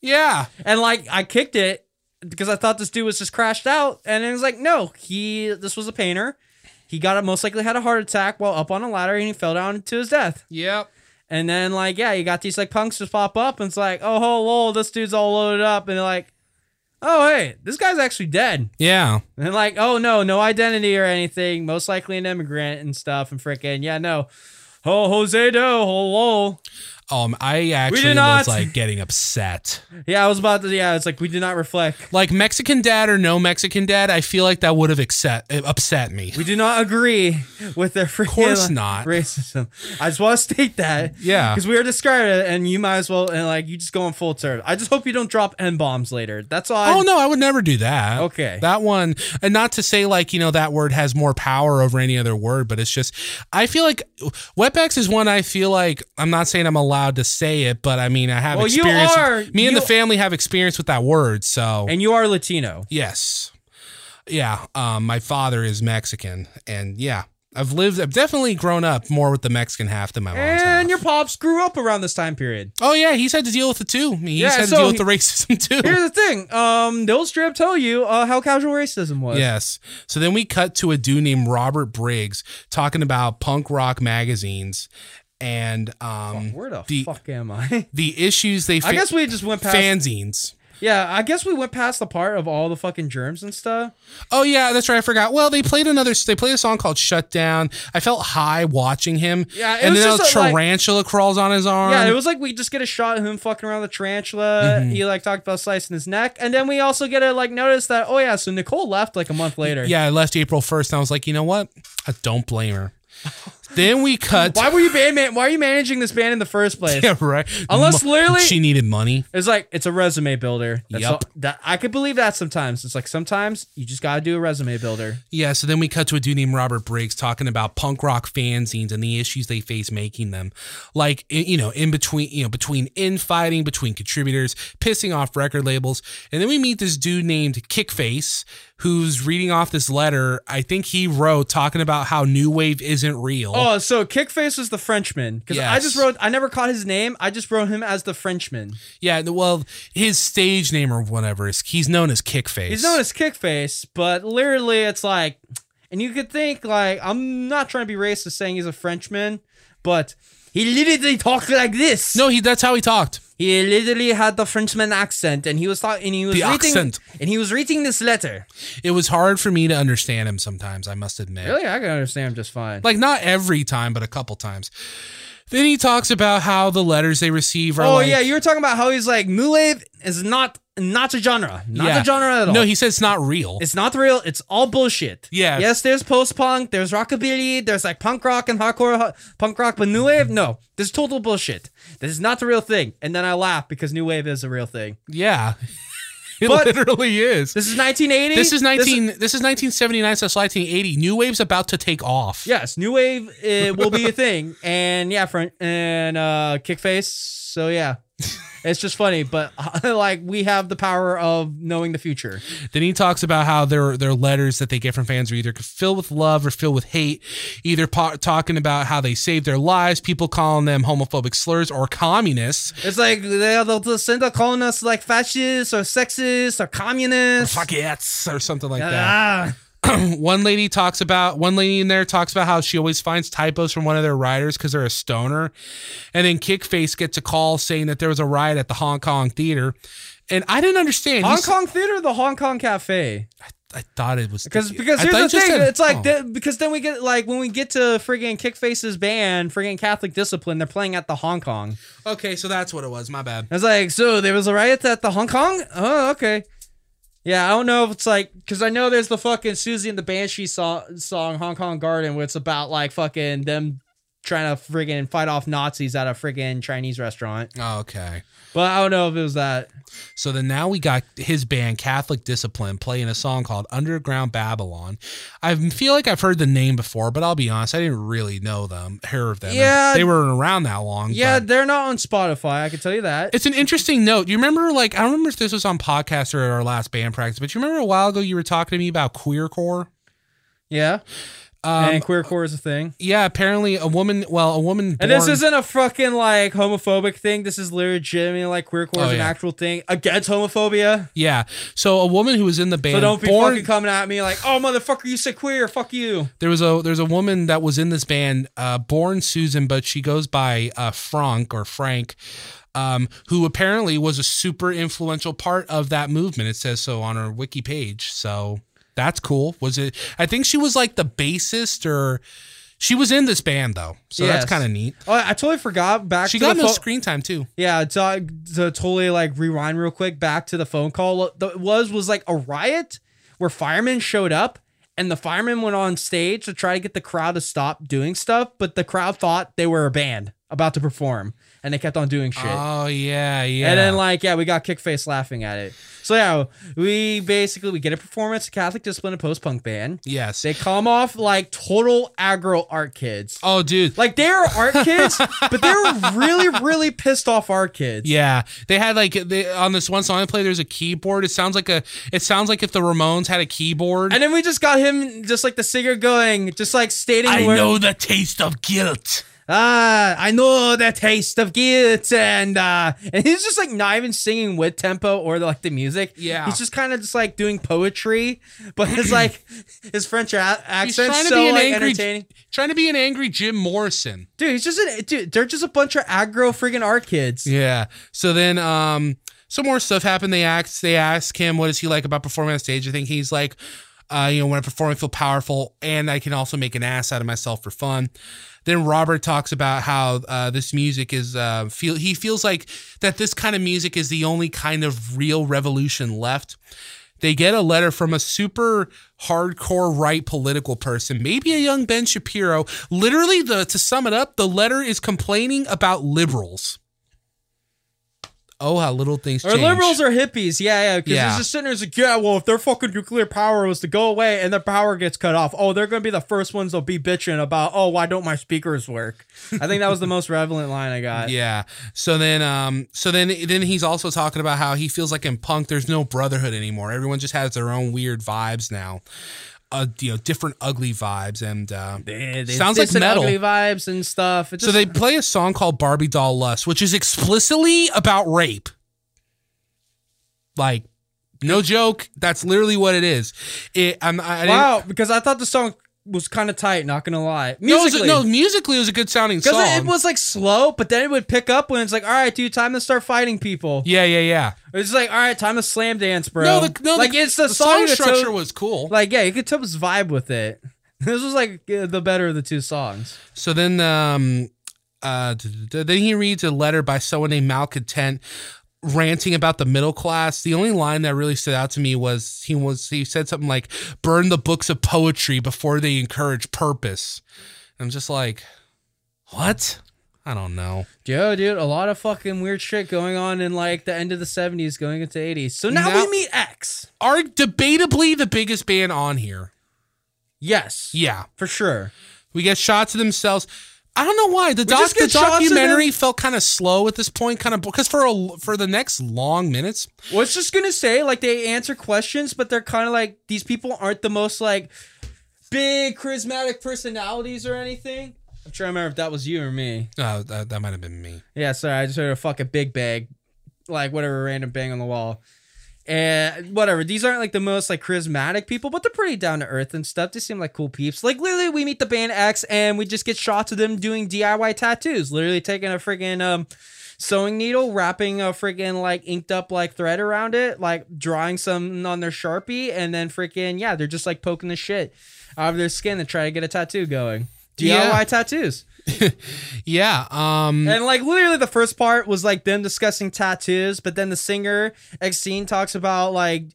Yeah, And like I kicked it because I thought this dude was just crashed out. And it was like, no, he this was a painter. He got it most likely had a heart attack while up on a ladder and he fell down to his death. yep. And then like, yeah, you got these like punks just pop up and it's like, oh ho lol, this dude's all loaded up and they're like, oh hey, this guy's actually dead. Yeah, And they're like, oh no, no identity or anything, most likely an immigrant and stuff and freaking yeah, no. Oh Jose Do, ho lol. um, I actually did was not- like getting upset. Yeah, I was about to yeah, it's like we did not reflect. Like Mexican dad or no Mexican dad, I feel like that would have accept, upset me. We do not agree with their freaking course like, not. racism. I just want to state that. Yeah. Because we were discarded and you might as well and like you just go on full term. I just hope you don't drop N bombs later. That's all Oh I no, I would never do that. Okay. That one and not to say like, you know, that word has more power over any other word, but it's just I feel like wetbacks is one I feel like I'm not saying I'm allowed to say it, but I mean I have Well, you experience. are. Me and You- the family have experience with that word, so and you are Latino. yes. Yeah. Um my father is Mexican and yeah. I've lived I've definitely grown up more with the Mexican half than my mom's half. And your pops grew up around this time period. Oh yeah, he's had to deal with it too. He's Yeah, had to so deal with he- the racism too. Here's the thing. Um, they'll straight up tell you uh, how casual racism was. Yes. So then we cut to a dude named Robert Briggs talking about punk rock magazines and um Where the, The- fuck am I? the issues they fa- I guess we just went past. fanzines. yeah, I guess we went past the part of all the fucking germs and stuff. Oh yeah, that's right. I forgot. Well, they played another. They played a song called "Shut Down." I felt high watching him. Yeah, it and was then just a, a like- tarantula crawls on his arm. Yeah, it was like we just get a shot of him fucking around the tarantula. Mhm. He like talked about slicing his neck, and then we also get to like notice that oh yeah, so Nicole left like a month later. Yeah, I left April first, and I was like, you know what? I don't blame her. then we cut. Why were you band man? Why are you managing this band in the first place? Yeah, right. Unless Mo- literally- she needed money. It's like it's a resume builder. That's Yep. all, that I could believe that sometimes. It's like sometimes you just gotta do a resume builder. Yeah, so then we cut to a dude named Robert Briggs talking about punk rock fanzines and the issues they face making them. Like, i- you know, in between, you know, between infighting, between contributors, pissing off record labels. And then we meet this dude named Kickface who's reading off this letter I think he wrote talking about how New Wave isn't real. Oh, so Kickface was the Frenchman because I just Yes. wrote. I never caught his name. I just wrote him as the Frenchman. Yeah, well, his stage name or whatever is he's known as Kickface. He's known as Kickface, but literally it's like, and you could think like I'm not trying to be racist saying he's a Frenchman, but He literally talked like this. No, he. That's how he talked. He literally had the Frenchman accent, and he was talking. And he was The reading, accent. and he was reading this letter. It was hard for me to understand him sometimes. Oh, I must admit. Really, I can understand him just fine. Like not every time, but a couple times. Then he talks about how the letters they receive are. oh like, yeah, you were talking about how he's like new wave is not not a genre, not Yeah. a genre at all. No, he said it's not real. It's not real. It's all bullshit. Yeah. Yes, there's post punk, there's rockabilly, there's like punk rock and hardcore ho- punk rock, but new wave, no, this is total bullshit. This is not the real thing. And then I laugh because new wave is the real thing. yeah. It But- literally is. This is 1980. This is nineteen. This, is nineteen seventy nine slash nineteen eighty. New wave's about to take off. yes, new wave uh, will be a thing. And yeah, front and uh, kickface. So yeah. It's just funny, but like we have the power of knowing the future. Then he talks about how their their letters that they get from fans are either filled with love or filled with hate. Either po- talking about how they saved their lives, people calling them homophobic slurs or communists. It's like they'll they'll send up calling us like fascists or sexists or communists. Fuck yes, or something like that. Ah. one lady talks about one lady in there talks about how she always finds typos from one of their riders because they're a stoner and then kickface gets a call saying that there was a riot at the hong kong theater and i didn't understand Hong He's- Kong Theater, or the Hong Kong Cafe, i thought it was because the- because I thought here's you the just thing, said- it's like oh. the- because then we get like when we get to friggin' Kickface's band, friggin' Catholic Discipline, they're playing at the Hong Kong. okay so that's what it was my bad I was like, so there was a riot at the Hong Kong? Oh, okay. Yeah, I don't know if it's like because I know there's the fucking Susie and the Banshee song, song Hong Kong Garden, where it's about like fucking them trying to friggin' fight off Nazis at a friggin' Chinese restaurant. okay But I don't know if it was that. so then now we got his band catholic discipline playing a song called underground babylon i feel like i've heard the name before but i'll be honest i didn't really know them hear of them Yeah. they weren't around that long Yeah, but- they're not on Spotify. I can tell you that. It's an interesting note. You remember, like, I don't remember if this was on podcast or at our last band practice, but you remember a while ago you were talking to me about queercore. Yeah, Um, and queer core is a thing. yeah, apparently a woman. Well, a woman. And born- this isn't a fucking like homophobic thing. This is legitimately like queer core Oh, is an yeah. actual thing against homophobia. Yeah, so a woman who was in the band. So don't be born- fucking coming at me like, oh motherfucker, you said queer, fuck you. there was a there's a woman that was in this band, uh, born Susan, but she goes by uh, Frank or Frank, um, who apparently was a super influential part of that movement. It says so on her wiki page. So that's cool. Was it? I think she was like the bassist or. She was in this band though, so that's Yes. kind of neat. Oh, I totally forgot. Back She to got the no pho- screen time too. Yeah, to, to totally like rewind real quick back to the phone call. What it was was like a riot where firemen showed up and the firemen went on stage to try to get the crowd to stop doing stuff, but the crowd thought they were a band about to perform and they kept on doing shit. Oh yeah, yeah. And then like yeah, we got Kickface laughing at it. So yeah, we basically we get a performance, a Catholic discipline, a post punk band. yes. They come off like total aggro art kids. oh dude. Like they are art kids, but they're really really pissed off art kids. yeah, they had like they, on this one song I play. There's a keyboard. It sounds like a. It sounds like if the Ramones had a keyboard. And then we just got him, just like the singer going, just like stating, where- the taste of guilt. ah, I know the taste of guilt, and uh, and he's just like not even singing with tempo or like the music. Yeah. he's just kind of just like doing poetry, but it's like his French a- He's accent trying to so be an like angry, entertaining. trying to be an angry Jim Morrison. Dude, he's just an, dude. They're just a bunch of aggro freaking art kids. Yeah. So then, um, some more stuff happened. They asked, they asked him, what is he like about performing on stage? I think he's like, uh, you know, when I perform, I feel powerful, and I can also make an ass out of myself for fun. Then Robert talks about how uh, this music is uh, feel. He feels like that this kind of music is the only kind of real revolution left. They get a letter from a super hardcore right political person, maybe a young Ben Shapiro. Literally, the to sum it up, the letter is complaining about liberals. Oh, how little things Or change. liberals or hippies, yeah, yeah. Because Yeah. there's just sitting there, it's like, yeah, well, if their fucking nuclear power was to go away and their power gets cut off, oh, they're gonna be the first ones that'll be bitching about, oh, why don't my speakers work? I think that was the most relevant line I got. Yeah. So then, um, so then, then he's also talking about how he feels like in punk, there's no brotherhood anymore. Everyone just has their own weird vibes now, uh, you know, different ugly vibes. And uh, They- they- Sounds they like said metal. ugly vibes and stuff. It so just, they play a song called "Barbie Doll Lust," which is explicitly about rape. Like, no joke. That's literally what it is. It. I'm, I, I didn't- wow, because I thought the song was kind of tight. Not gonna lie, No, it was- musically. no, musically it was a good sounding song. because it, it was like slow, but then it would pick up when it's like, all right, dude, time to start fighting people. yeah, yeah, yeah. It's like, all right, time to slam dance, bro. No, the, no, like the, it's the, the song, song that's structure so- was cool. like yeah, you could tell his vibe with it. This was like uh, the better of the two songs. So then, um, uh, d- d- d- then he reads a letter by someone named Malcontent ranting about the middle class. The only line that really stood out to me was he was he said something like burn the books of poetry before they encourage purpose. And I'm just like, what? I don't know. Yo, dude, a lot of fucking weird shit going on in like the end of the 70s going into 80s. So now, Now- we meet X. Are debatably the biggest band on here. Yes, Yeah. for sure. We get shots of themselves. I don't know why the, doc, just the get shots of documentary felt kind of slow at this point, kind of because for a, for the next long minutes, Well, it's just gonna say like they answer questions, but they're kind of like these people aren't the most like big charismatic personalities or anything. I'm trying to remember if that was you or me. uh, that, that might have been me. Yeah, sorry, I just heard a fucking big bang, like whatever random bang on the wall. And whatever, these aren't like the most like charismatic people, but they're pretty down to earth and stuff. They seem like cool peeps. Like literally, we meet the band X, and we just get shots of them doing DIY tattoos. Literally taking a friggin' um sewing needle, wrapping a friggin' like inked up like thread around it, like drawing some on their sharpie, and then freaking yeah, they're just like poking the shit out of their skin to try to get a tattoo going. DIY Yeah. tattoos. Yeah. Um. And like literally the first part was like them discussing tattoos, but then the singer Xene talks about like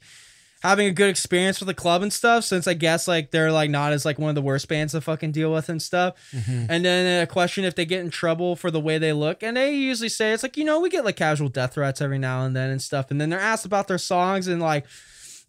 having a good experience with the club and stuff since I guess like they're like not as like one of the worst bands to fucking deal with and stuff. And then a question if they get in trouble for the way they look and they usually say it's like you know we get like casual death threats every now and then and stuff and then they're asked about their songs and like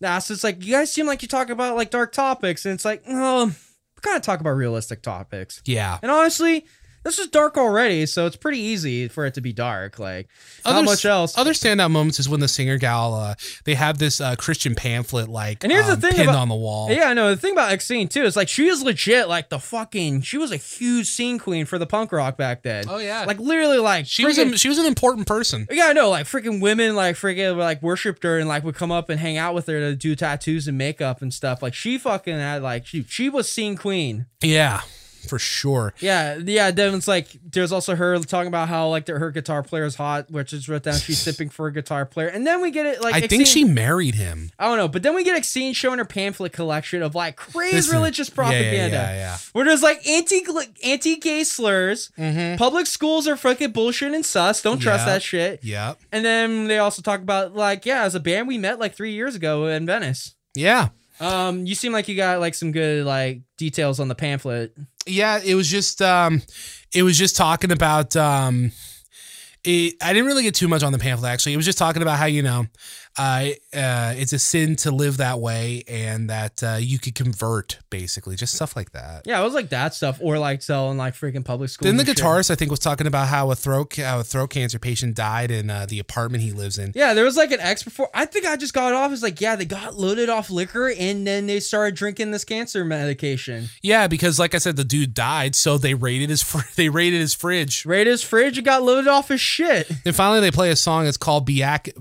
asked it's like you guys seem like you talk about like dark topics and it's like oh we kind of talk about realistic topics. yeah. And honestly, this is dark already, so it's pretty easy for it to be dark. Like not Other- much else. Other standout moments is when the singer gal, uh, they have this uh, Christian pamphlet like And here's the um, thing pinned about- on the wall. yeah, I know. The thing about Xene too is like she is legit like the fucking she was a huge scene queen for the punk rock back then. Oh, yeah. Like literally like She was a, she was an important person. Yeah, I know. Like freaking women, like freaking like worshipped her and like would come up and hang out with her to do tattoos and makeup and stuff. Like she fucking had like she she was scene queen. Yeah, for sure. Yeah, yeah. Devin's like, there's also her talking about how like her guitar player is hot, which is wrote down she's sipping for a guitar player, and then we get it like I think Xene- she married him. I don't know, but then we get Xene showing her pamphlet collection of like crazy Listen, religious propaganda, Yeah, yeah, where there's like anti anti gay slurs, yeah. yeah. hmm public schools are fucking bullshit and sus. Don't trust Yeah. that shit. Yeah. And then they also talk about like, yeah, as a band we met like three years ago in Venice. Yeah. Um, you seem like you got like some good like details on the pamphlet. yeah it was just um it was just talking about um it, I didn't really get too much on the pamphlet actually. It was just talking about how you know, uh, uh, it's a sin to live that way, and that uh, you could convert basically, just stuff like that. Yeah, it was like that stuff, or like selling like freaking public schools. Then the and shit. guitarist I think was talking about how a throat ca- how a throat cancer patient died in uh, the apartment he lives in. Yeah, there was like an ex before. I think I just got off. It's like, yeah, they got loaded off liquor and then they started drinking this cancer medication. Yeah, because like I said, the dude died, so they raided his fr- they raided his fridge. Raiders fridge and got loaded off his shit. Then finally they play a song. It's called Biak,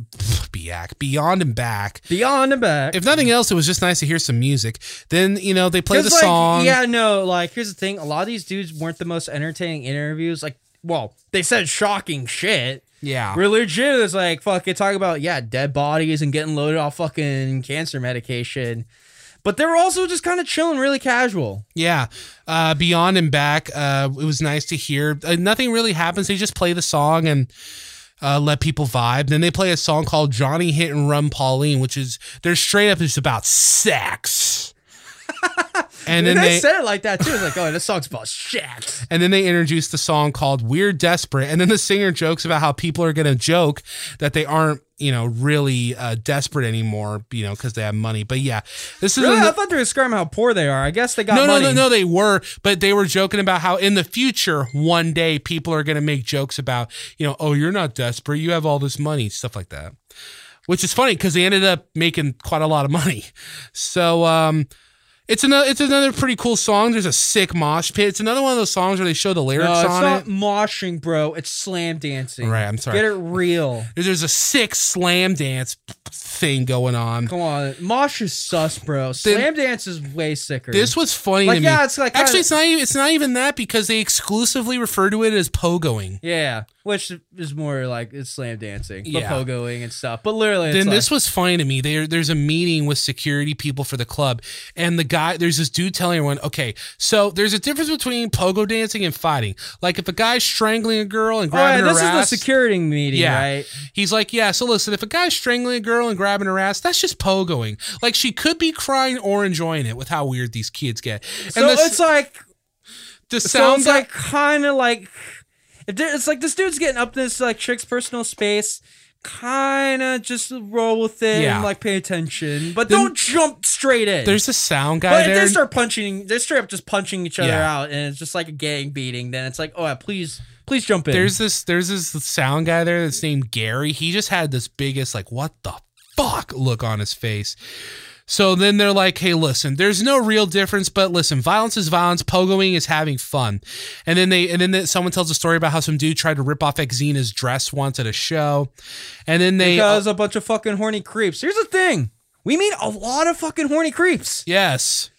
Biak, Beyond and Back. Beyond and back. if nothing else, it was just nice to hear some music. Then you know they play the 'Cause, like, song. Yeah, no, like here's the thing. A lot of these dudes weren't the most entertaining interviews. Like, well, they said shocking shit. yeah. We're legit is like fucking talking about yeah, dead bodies and getting loaded off fucking cancer medication. But they were also just kind of chilling, really casual. Yeah. Uh, Beyond and back. Uh, it was nice to hear. Uh, nothing really happens. They just play the song and uh, let people vibe. Then they play a song called Johnny Hit and Run Pauline, which is they're straight up just about sex. and then And they, they. said it like that too. It's like, oh, this song's about shit. and then they introduced the song called We're Desperate. And then the singer jokes about how people are going to joke that they aren't, you know, really uh, desperate anymore, you know, because they have money. But yeah, this is Really? ano- I thought they were describing how poor they are. I guess they got no, money. no, no, no. They were, but they were joking about how in the future, one day, people are going to make jokes about, you know, oh, you're not desperate, you have all this money, stuff like that. Which is funny because they ended up making quite a lot of money. So, um, it's another, it's another pretty cool song. There's a sick mosh pit. It's another one of those songs where they show the lyrics No, Uh, it's on not it. moshing, bro. It's slam dancing. Right, I'm sorry. Get it real. There's a sick slam dance thing going on. Come on, Mosh is sus, bro. Slam dance is way sicker. This was funny Like, to me. yeah, it's like kinda- actually, it's not even it's not even that because they exclusively refer to it as pogoing. yeah, which is more like it's slam dancing, Yeah. but pogoing and stuff. But literally, it's then like, this was funny to me. There, there's a meeting with security people for the club, and the guy, there's this dude telling everyone, okay, so there's a difference between pogo dancing and fighting. Like if a guy's strangling a girl and All right, grabbing Oh, this her is ass, the security meeting, Yeah. right? He's like, yeah. So listen, if a guy's strangling a girl and grabbing her ass, that's just pogoing. Like she could be crying or enjoying it with how weird these kids get. And So the, it's like the sounds sound so guy- it's like kind of like if there, it's like this dude's getting up in this like chick's personal space. Kind of just roll with it Yeah. and like pay attention, but Then- don't jump straight in. there's a sound guy But if there. they start punching, they straight up just punching each other Yeah. out, and it's just like a gang beating. Then it's like, oh, yeah, please, please jump in. There's this there's this sound guy there that's named Gary. He just had this biggest like what the fuck look on his face. So then they're like, "Hey, listen, there's no real difference, but listen, violence is violence. Pogoing is having fun." And then they and then they- someone tells a story about how some dude tried to rip off Xena's dress once at a show, and then they uh, because a bunch of fucking horny creeps. Here's the thing: we meet a lot of fucking horny creeps. yes,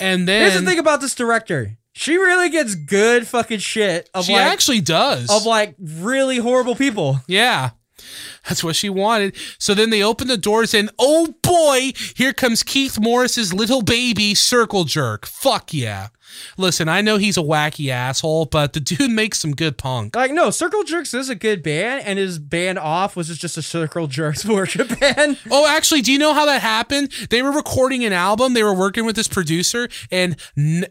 and then Here's the thing about this director: she really gets good fucking shit of she like actually does of like really horrible people. Yeah. That's what she wanted. So then they open the doors and oh boy, here comes Keith Morris's little baby circle jerk. Fuck yeah. Listen, I know he's a wacky asshole, but the dude makes some good punk. Like no, Circle Jerks is a good band, and his band off was just a Circle Jerks worship band. Oh, actually, do you know how that happened? They were recording an album. They were working with this producer, and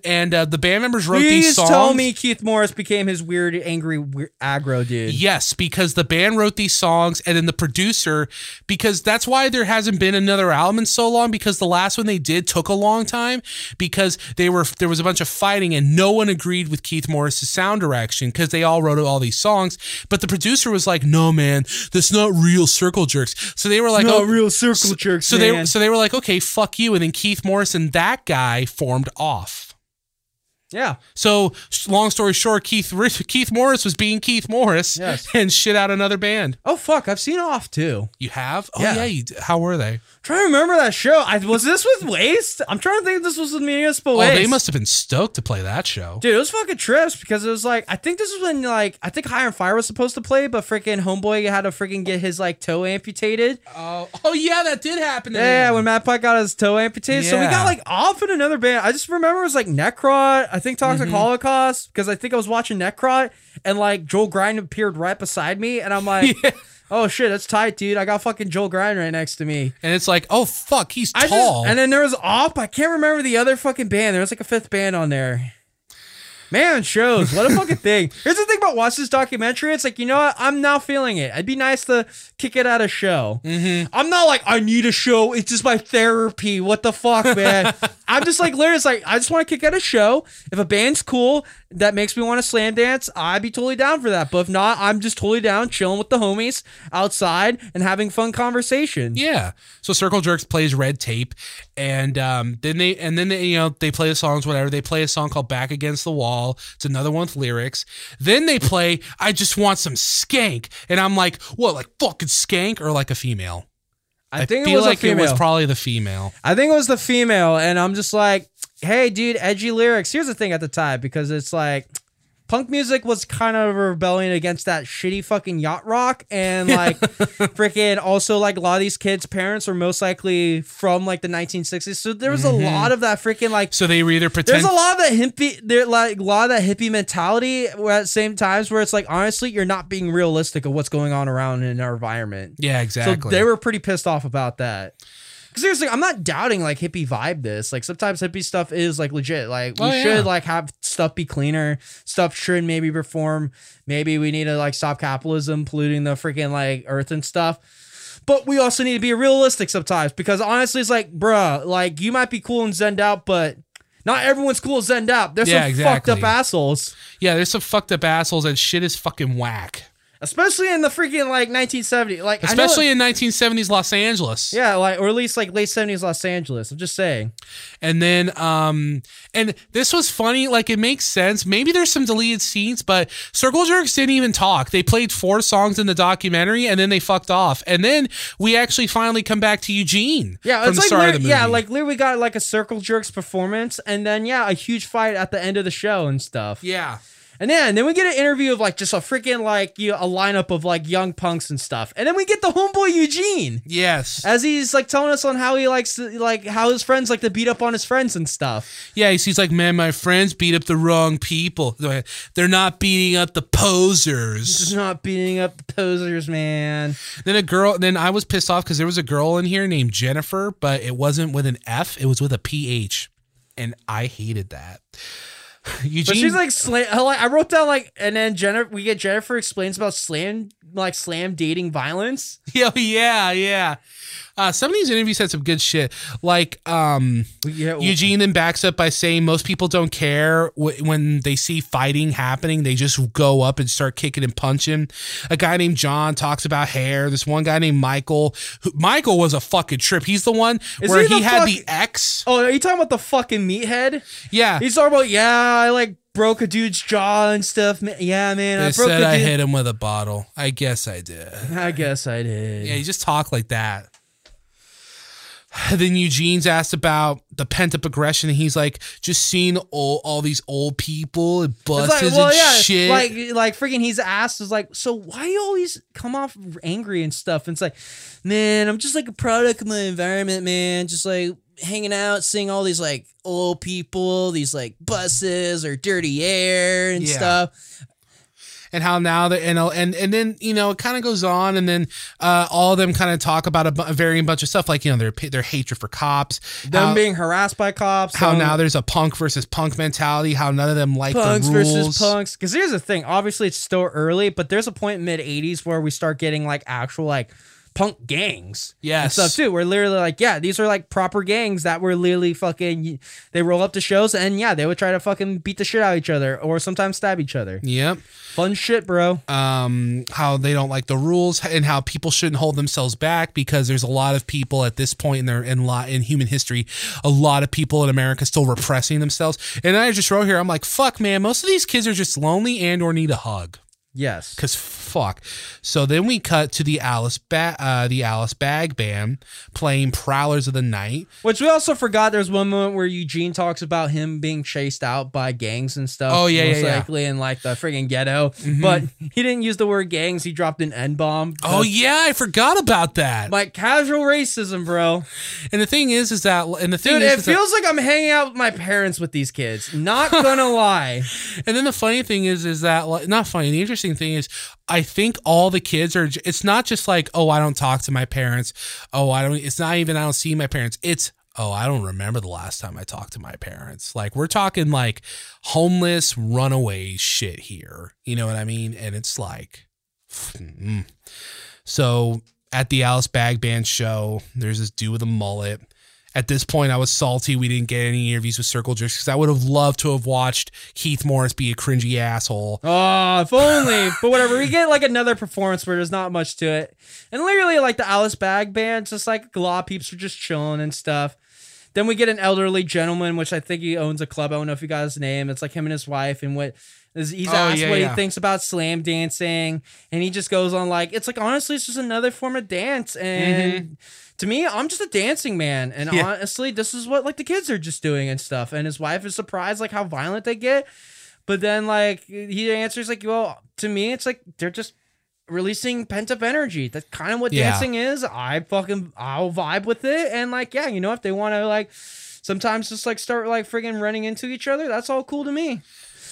and uh, the band members wrote these Please songs. tell me Keith Morris became his weird, angry, weird, aggro dude. Yes, because the band wrote these songs and then the producer, because that's why there hasn't been another album in so long, because the last one they did took a long time because they were there was a bunch of fighting and no one agreed with Keith Morris's sound direction because they all wrote all these songs. But the producer was like, No man, that's not real circle jerks. So they were like, No "Oh, real Circle Jerks. so man. they so they were like, Okay, fuck you. And then Keith Morris and that guy formed off. yeah. So, long story short, Keith Keith Morris was being Keith Morris Yes. and shit out another band. Oh fuck, I've seen Off too. You have? Oh yeah. Yeah. you d How were they? trying to remember that show. I was this with Waste. I'm trying to think if this was with Municipal Oh, Waste. they must have been stoked to play that show. Dude, it was fucking trips because it was like I think this is when like I think Higher and Fire was supposed to play, but freaking Homeboy had to freaking get his like toe amputated. Oh, oh yeah, that did happen. To Yeah, him. when Matt Pike got his toe amputated, so we Yeah. got like off in another band. I just remember it was like Necrot. I think Toxic Holocaust because I think I was watching Necrot and like Joel Grind appeared right beside me, and I'm like, oh shit, that's tight, dude. I got fucking Joel Grind right next to me. and it's like, oh fuck, he's I tall. Just, and then there was Op. I can't remember the other fucking band. There was like a fifth band on there. Man, shows. What a fucking thing. Here's the thing about watching this documentary. It's like, you know what? I'm now feeling it. It'd be nice to kick it at a show. Mm-hmm. I'm not like, I need a show. It's just my therapy. What the fuck, man? I'm just like, literally, it's like, I just want to kick out a show. If a band's cool that makes me want to slam dance, I'd be totally down for that. But if not, I'm just totally down chilling with the homies outside and having fun conversations. yeah. So Circle Jerks plays Red Tape, and um, then they and then they, you know they play the songs whatever. They play a song called Back Against the Wall. It's another one with lyrics. Then they play I Just Want Some Skank, and I'm like, what, like fucking skank or like a female? I, think feel it was like a female. it was probably the female. I think it was the female, and I'm just like, hey, dude, edgy lyrics. Here's the thing at the time because it's like punk music was kind of rebelling against that shitty fucking yacht rock and like freaking also like a lot of these kids parents were most likely from like the 1960s so there was a lot of that freaking like So they were either pretend there's a lot of that hippie there like a lot of that hippie mentality where at same times where it's like honestly you're not being realistic of what's going on around in our environment Yeah, so exactly. they were pretty pissed off about that. Because seriously, I'm not doubting like hippie vibe this. Like sometimes hippie stuff is like legit. Like we Oh, yeah. should like have stuff be cleaner. Stuff should maybe reform. Maybe we need to like stop capitalism polluting the freaking like earth and stuff. But we also need to be realistic sometimes because honestly, it's like, bruh, like you might be cool and zened out, but not everyone's cool and zened out. There's Yeah, some fucked exactly. up assholes. Yeah, there's some fucked up assholes and shit is fucking whack. especially in the freaking like 1970, like I know- especially in 1970s Los Angeles. yeah, like or at least like late 70s Los Angeles. I'm just saying. And then, um, and this was funny. Like, it makes sense. Maybe there's some deleted scenes, but Circle Jerks didn't even talk. They played four songs in the documentary, and then they fucked off. And then we actually finally come back to Eugene. Yeah, from it's the like start of literally- the yeah, movie. like literally got like a circle jerks performance, and then yeah, a huge fight at the end of the show and stuff. yeah. And then and then we get an interview of like just a freaking like you know, a lineup of like young punks and stuff, and then we get the homeboy Eugene Yes. as he's like telling us on how he likes to, like how his friends like to beat up on his friends and stuff. Yeah, he's, he's like, man, my friends beat up the wrong people. They're not beating up the posers. Just not beating up the posers, man. then a girl, then I was pissed off because there was a girl in here named Jennifer, but it wasn't with an F, it was with a PH. And I hated that. Eugene, But she's like slam. I like- I wrote down like, and then Jennifer. We get Jennifer explains about slam like slam dating violence. yeah, yeah, yeah. Uh, some of these interviews had some good shit. Like, um, Yeah, Eugene then backs up by saying most people don't care wh- when they see fighting happening. They just go up and start kicking and punching. A guy named John talks about hair. This one guy named Michael. Who, Michael was a fucking trip. He's the one Is where he he the had fuck- the X. Oh, are you talking about the fucking meathead? Yeah. He's talking about yeah, I like broke a dude's jaw and stuff. ma- Yeah, man, They I broke said a I dude. hit him with a bottle. I guess I did. I guess I did. Yeah, you just talk like that. Then Eugene's asked about the pent up aggression, and he's like, "Just seeing all, all these old people and It's buses like, well, and yeah, shit." like, like freaking, he's asked is like, so why you always come off angry and stuff? And it's like, man, I'm just like a product of my environment, man. Just like hanging out, seeing all these like old people, these like buses or dirty air and Yeah. stuff. and how now that and and and then you know it kind of goes on and then uh, all of them kind of talk about a, bu- a varying bunch of stuff like you know their their hatred for cops Them how, being harassed by cops. how them- now there's a punk versus punk mentality how none of them like punks the rules versus punks because here's the thing obviously it's still early but there's a point mid 80s where we start getting like actual like punk gangs and Yes. stuff too we're literally like yeah these are like proper gangs that were literally fucking they roll up to shows and yeah they would try to fucking beat the shit out of each other or sometimes stab each other Yep. fun shit bro Um, how they don't like the rules and how people shouldn't hold themselves back because there's a lot of people at this point in their in lot in human history, a lot of people in America still repressing themselves. And I just wrote here, I'm like, fuck, man, most of these kids are just lonely and or need a hug. yes Cause fuck. So then we cut to the Alice ba- uh, the Alice Bag Band playing Prowlers of the Night. which we also forgot there's one moment where eugene talks about him being chased out by gangs and stuff Oh, yeah, most yeah, yeah. likely in like the friggin' ghetto but he didn't use the word gangs he dropped an n-bomb Oh yeah, I forgot about that. Like casual racism, bro. And the thing is, is that and the thing Dude, is, it is that- feels like I'm hanging out with my parents with these kids. Not gonna lie. and then the funny thing is, is that like, not funny. The interesting thing is, I think all the kids are. j- It's not just like, oh, I don't talk to my parents. Oh, I don't. It's not even I don't see my parents. It's oh, I don't remember the last time I talked to my parents. Like we're talking like homeless runaway shit here. You know what I mean? And it's like. Mm. So at the Alice Bag Band show, there's this dude with a mullet. At this point, I was salty we didn't get any interviews with Circle Jerks because I would have loved to have watched Keith Morris be a cringy asshole. Oh, if only. But whatever. We get like another performance where there's not much to it. And literally, like the Alice Bag Band, just like a lot of peeps are just chilling and stuff. Then we get an elderly gentleman, which I think he owns a club. I don't know if you got his name. It's like him and his wife, and what is he's Oh, asked yeah, what yeah. he thinks about slam dancing, and he just goes on like it's like honestly, it's just another form of dance. And to me, I'm just a dancing man, and Mm-hmm. Yeah. honestly, this is what like the kids are just doing and stuff. And his wife is surprised like how violent they get, but then like he answers like, well, to me, it's like they're just releasing pent up energy. That's kind of what Yeah. dancing is. I fucking I'll vibe with it and like yeah, you know if they want to like sometimes just like start like friggin' running into each other, that's all cool to me.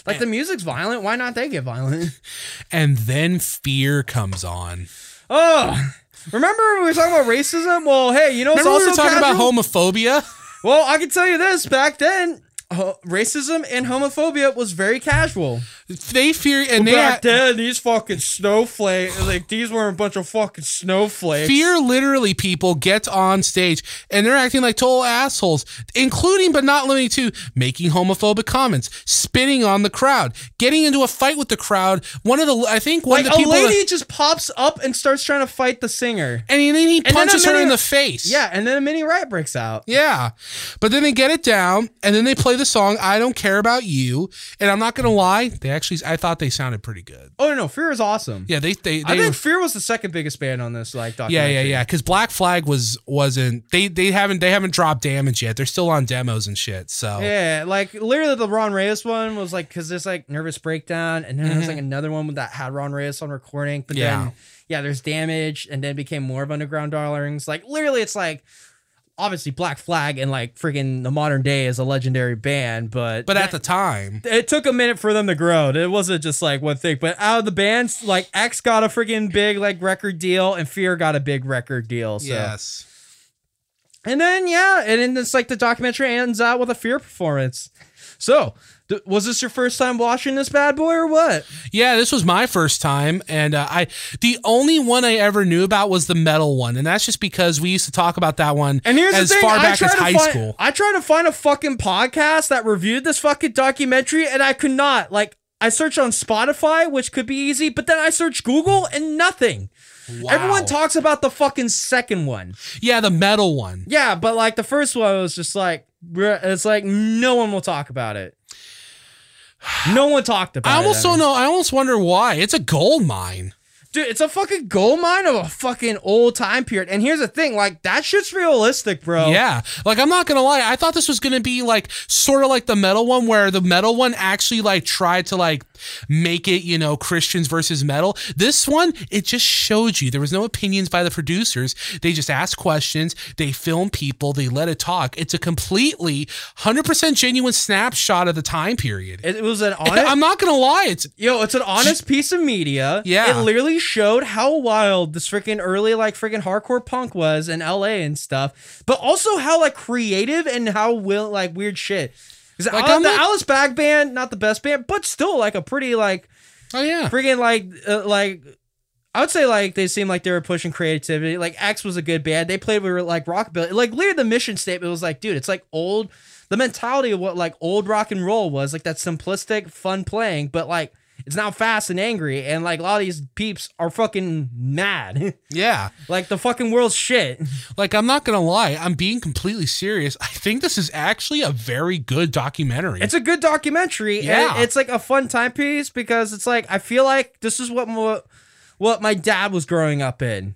Like the music's violent, why not they get violent? And then fear comes on. Oh, remember we were talking about racism? Well, hey, you know it's Remember we also were talking about casual? homophobia? Well, I can tell you this: back then, ho- racism and homophobia was very casual. They fear and they Back had, then, these fucking snowflakes, like these were a bunch of fucking snowflakes. fear literally people get on stage and they're acting like total assholes, including but not limited to making homophobic comments, spitting on the crowd, getting into a fight with the crowd. One of the I think one like of the a people lady that- just pops up and starts trying to fight the singer. and then he then punches a her in minute- the face. Yeah, and then a mini riot breaks out. Yeah. But then they get it down and then they play the song I don't care about you and I'm not going to lie, they actually I thought they sounded pretty good. Oh no, no, Fear is awesome. Yeah, they they, they I think were- Fear was the second biggest band on this like yeah, documentary. yeah, yeah. Because Black Flag was wasn't they they haven't they haven't dropped damage yet. They're still on demos and shit. So Yeah, like literally the Ron Reyes one was like because there's like nervous breakdown, and then there's like another one that had Ron Reyes on recording, but Yeah. then yeah, there's damage, and then became more of underground darlings. Like literally, it's like obviously Black Flag and like freaking the modern day is a legendary band, but but at the time, it took a minute for them to grow. It wasn't just like one thing, but out of the bands, like X got a freaking big like record deal, and Fear got a big record deal. So. yes, And then yeah, and then it's like the documentary ends out with a fear performance. So, th- was this your first time watching this bad boy or what? yeah. This was my first time, and uh, I the only one I ever knew about was the metal one, and that's just because we used to talk about that one And here's as the thing, far I back tried as to high find- school. I tried to find a fucking podcast that reviewed this fucking documentary, and I could not. Like, I searched on Spotify, which could be easy, but then I searched Google and nothing. Everyone talks about the fucking second one. yeah, the metal one. Yeah, but like the first one was just like bruh, it's like no one will talk about it. No one talked about I it. almost mean. don't know. I almost wonder why. It's a gold mine. Dude, it's a fucking gold mine of a fucking old time period. And here's the thing, like that shit's realistic, bro. Yeah. Like I'm not gonna lie, I thought this was gonna be like sort of like the metal one where the metal one actually like tried to like make it, you know, Christians versus metal. This one, it just showed you there was no opinions by the producers. They just asked questions, they filmed people, they let it talk. It's a completely hundred percent genuine snapshot of the time period. It, it was an honest I'm not gonna lie, it's yo, it's an honest piece of media. Yeah. It literally showed how wild this freaking early like freaking hardcore punk was in LA and stuff. But also how like creative and how will like weird shit. 'Cause Like, Al- I'm the not- Alice Bag Band, not the best band, but still like a pretty like oh yeah. freaking like uh, like I would say like they seemed like they were pushing creativity. Like X was a good band. They played with like rockabilly. Like literally the mission statement was like, dude, it's like old the mentality of what like old rock and roll was, like that simplistic fun playing, but like it's now fast and angry and like a lot of these peeps are fucking mad. Yeah. like the fucking world's shit. Like I'm not gonna lie, I'm being completely serious. I think this is actually a very good documentary. It's a good documentary. Yeah. Yeah. it's like a fun timepiece because it's like I feel like this is what mo- what my dad was growing up in.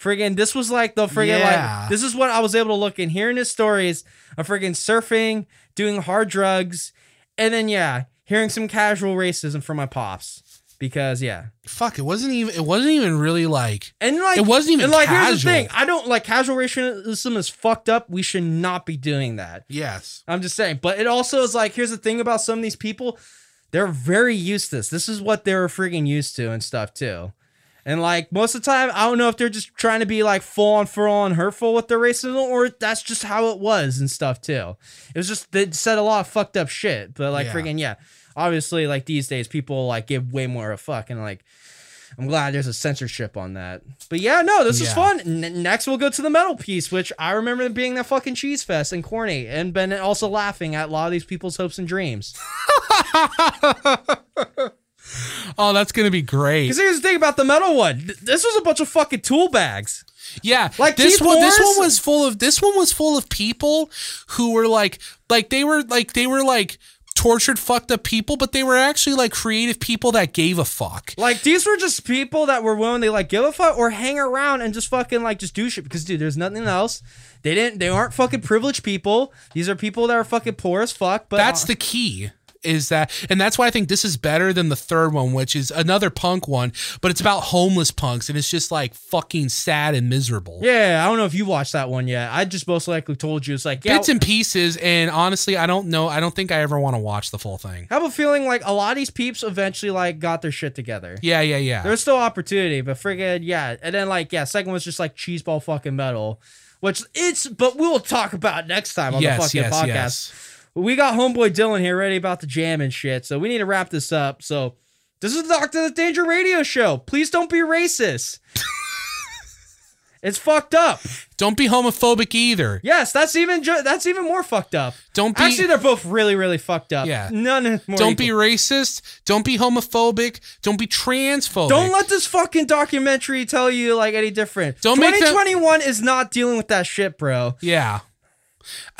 Friggin' this was like the friggin' Yeah. like this is what I was able to look in hearing his stories of friggin' surfing, doing hard drugs, and then yeah, hearing some casual racism from my pops. Because yeah. fuck it wasn't even it wasn't even really like And like It wasn't even and like here's the casual. thing. I don't like casual racism is fucked up. We should not be doing that. yes I'm just saying. But it also is like, here's the thing about some of these people, they're very used to this. This is what they're freaking used to and stuff too. And like most of the time, I don't know if they're just trying to be like full on, full on hurtful with their racism, or that's just how it was and stuff too. It was just they said a lot of fucked up shit, but like Yeah. freaking yeah. Obviously, like these days, people like give way more a fuck, and like I'm glad there's a censorship on that. But yeah, no, this is Yeah. fun. N- next, we'll go to the metal piece, which I remember being that fucking cheese fest and corny, and Ben also laughing at a lot of these people's hopes and dreams. oh that's gonna be great Because here's the thing about the metal one: Th- this was a bunch of fucking tool bags. yeah like this Keith one this Morris? one was full of this one was full of people who were like like they were like they were like tortured fucked up people but they were actually like creative people that gave a fuck Like these were just people that were willing to like give a fuck or hang around and just fucking like just do shit. Because dude, there's nothing else. They didn't. They aren't fucking privileged people. These are people that are fucking poor as fuck. But that's the key is that and that's why i think this is better than the third one which is another punk one but it's about homeless punks and it's just like fucking sad and miserable yeah. I don't know if you watched that one yet. I just most likely told you it's like yeah. bits and pieces and honestly i don't know i don't think i ever want to watch the full thing I have a feeling like a lot of these peeps eventually like got their shit together. yeah yeah yeah There's still opportunity, but friggin' yeah. And then like yeah, second one's just like cheeseball fucking metal, which it's but we'll talk about next time on the fucking podcast. we got homeboy Dylan here ready about the jam and shit, so we need to wrap this up. So this is the Doctor the Danger Radio Show. Please don't be racist. it's fucked up. Don't be homophobic either. Yes, that's even ju- that's even more fucked up. Don't be Actually, they're both really, really fucked up. Yeah. None is more. don't be equal. racist. Don't be homophobic. Don't be transphobic. Don't let this fucking documentary tell you like any different. Don't make that- 2021 is not dealing with that shit, bro. Yeah.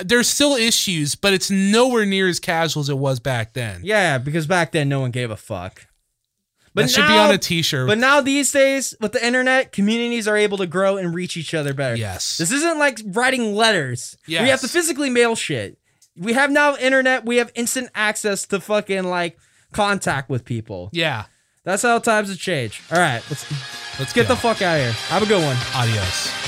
There's still issues, but it's nowhere near as casual as it was back then. Yeah, because back then no one gave a fuck. But That should be now- on a t-shirt. But now these days, with the internet, communities are able to grow and reach each other better. yes. This isn't like writing letters. We have Yes. to physically mail shit. We have now internet. We have instant access to fucking like contact with people. yeah. That's how times have changed. All right, let's let's get go. the fuck out of here. Have a good one. Adios.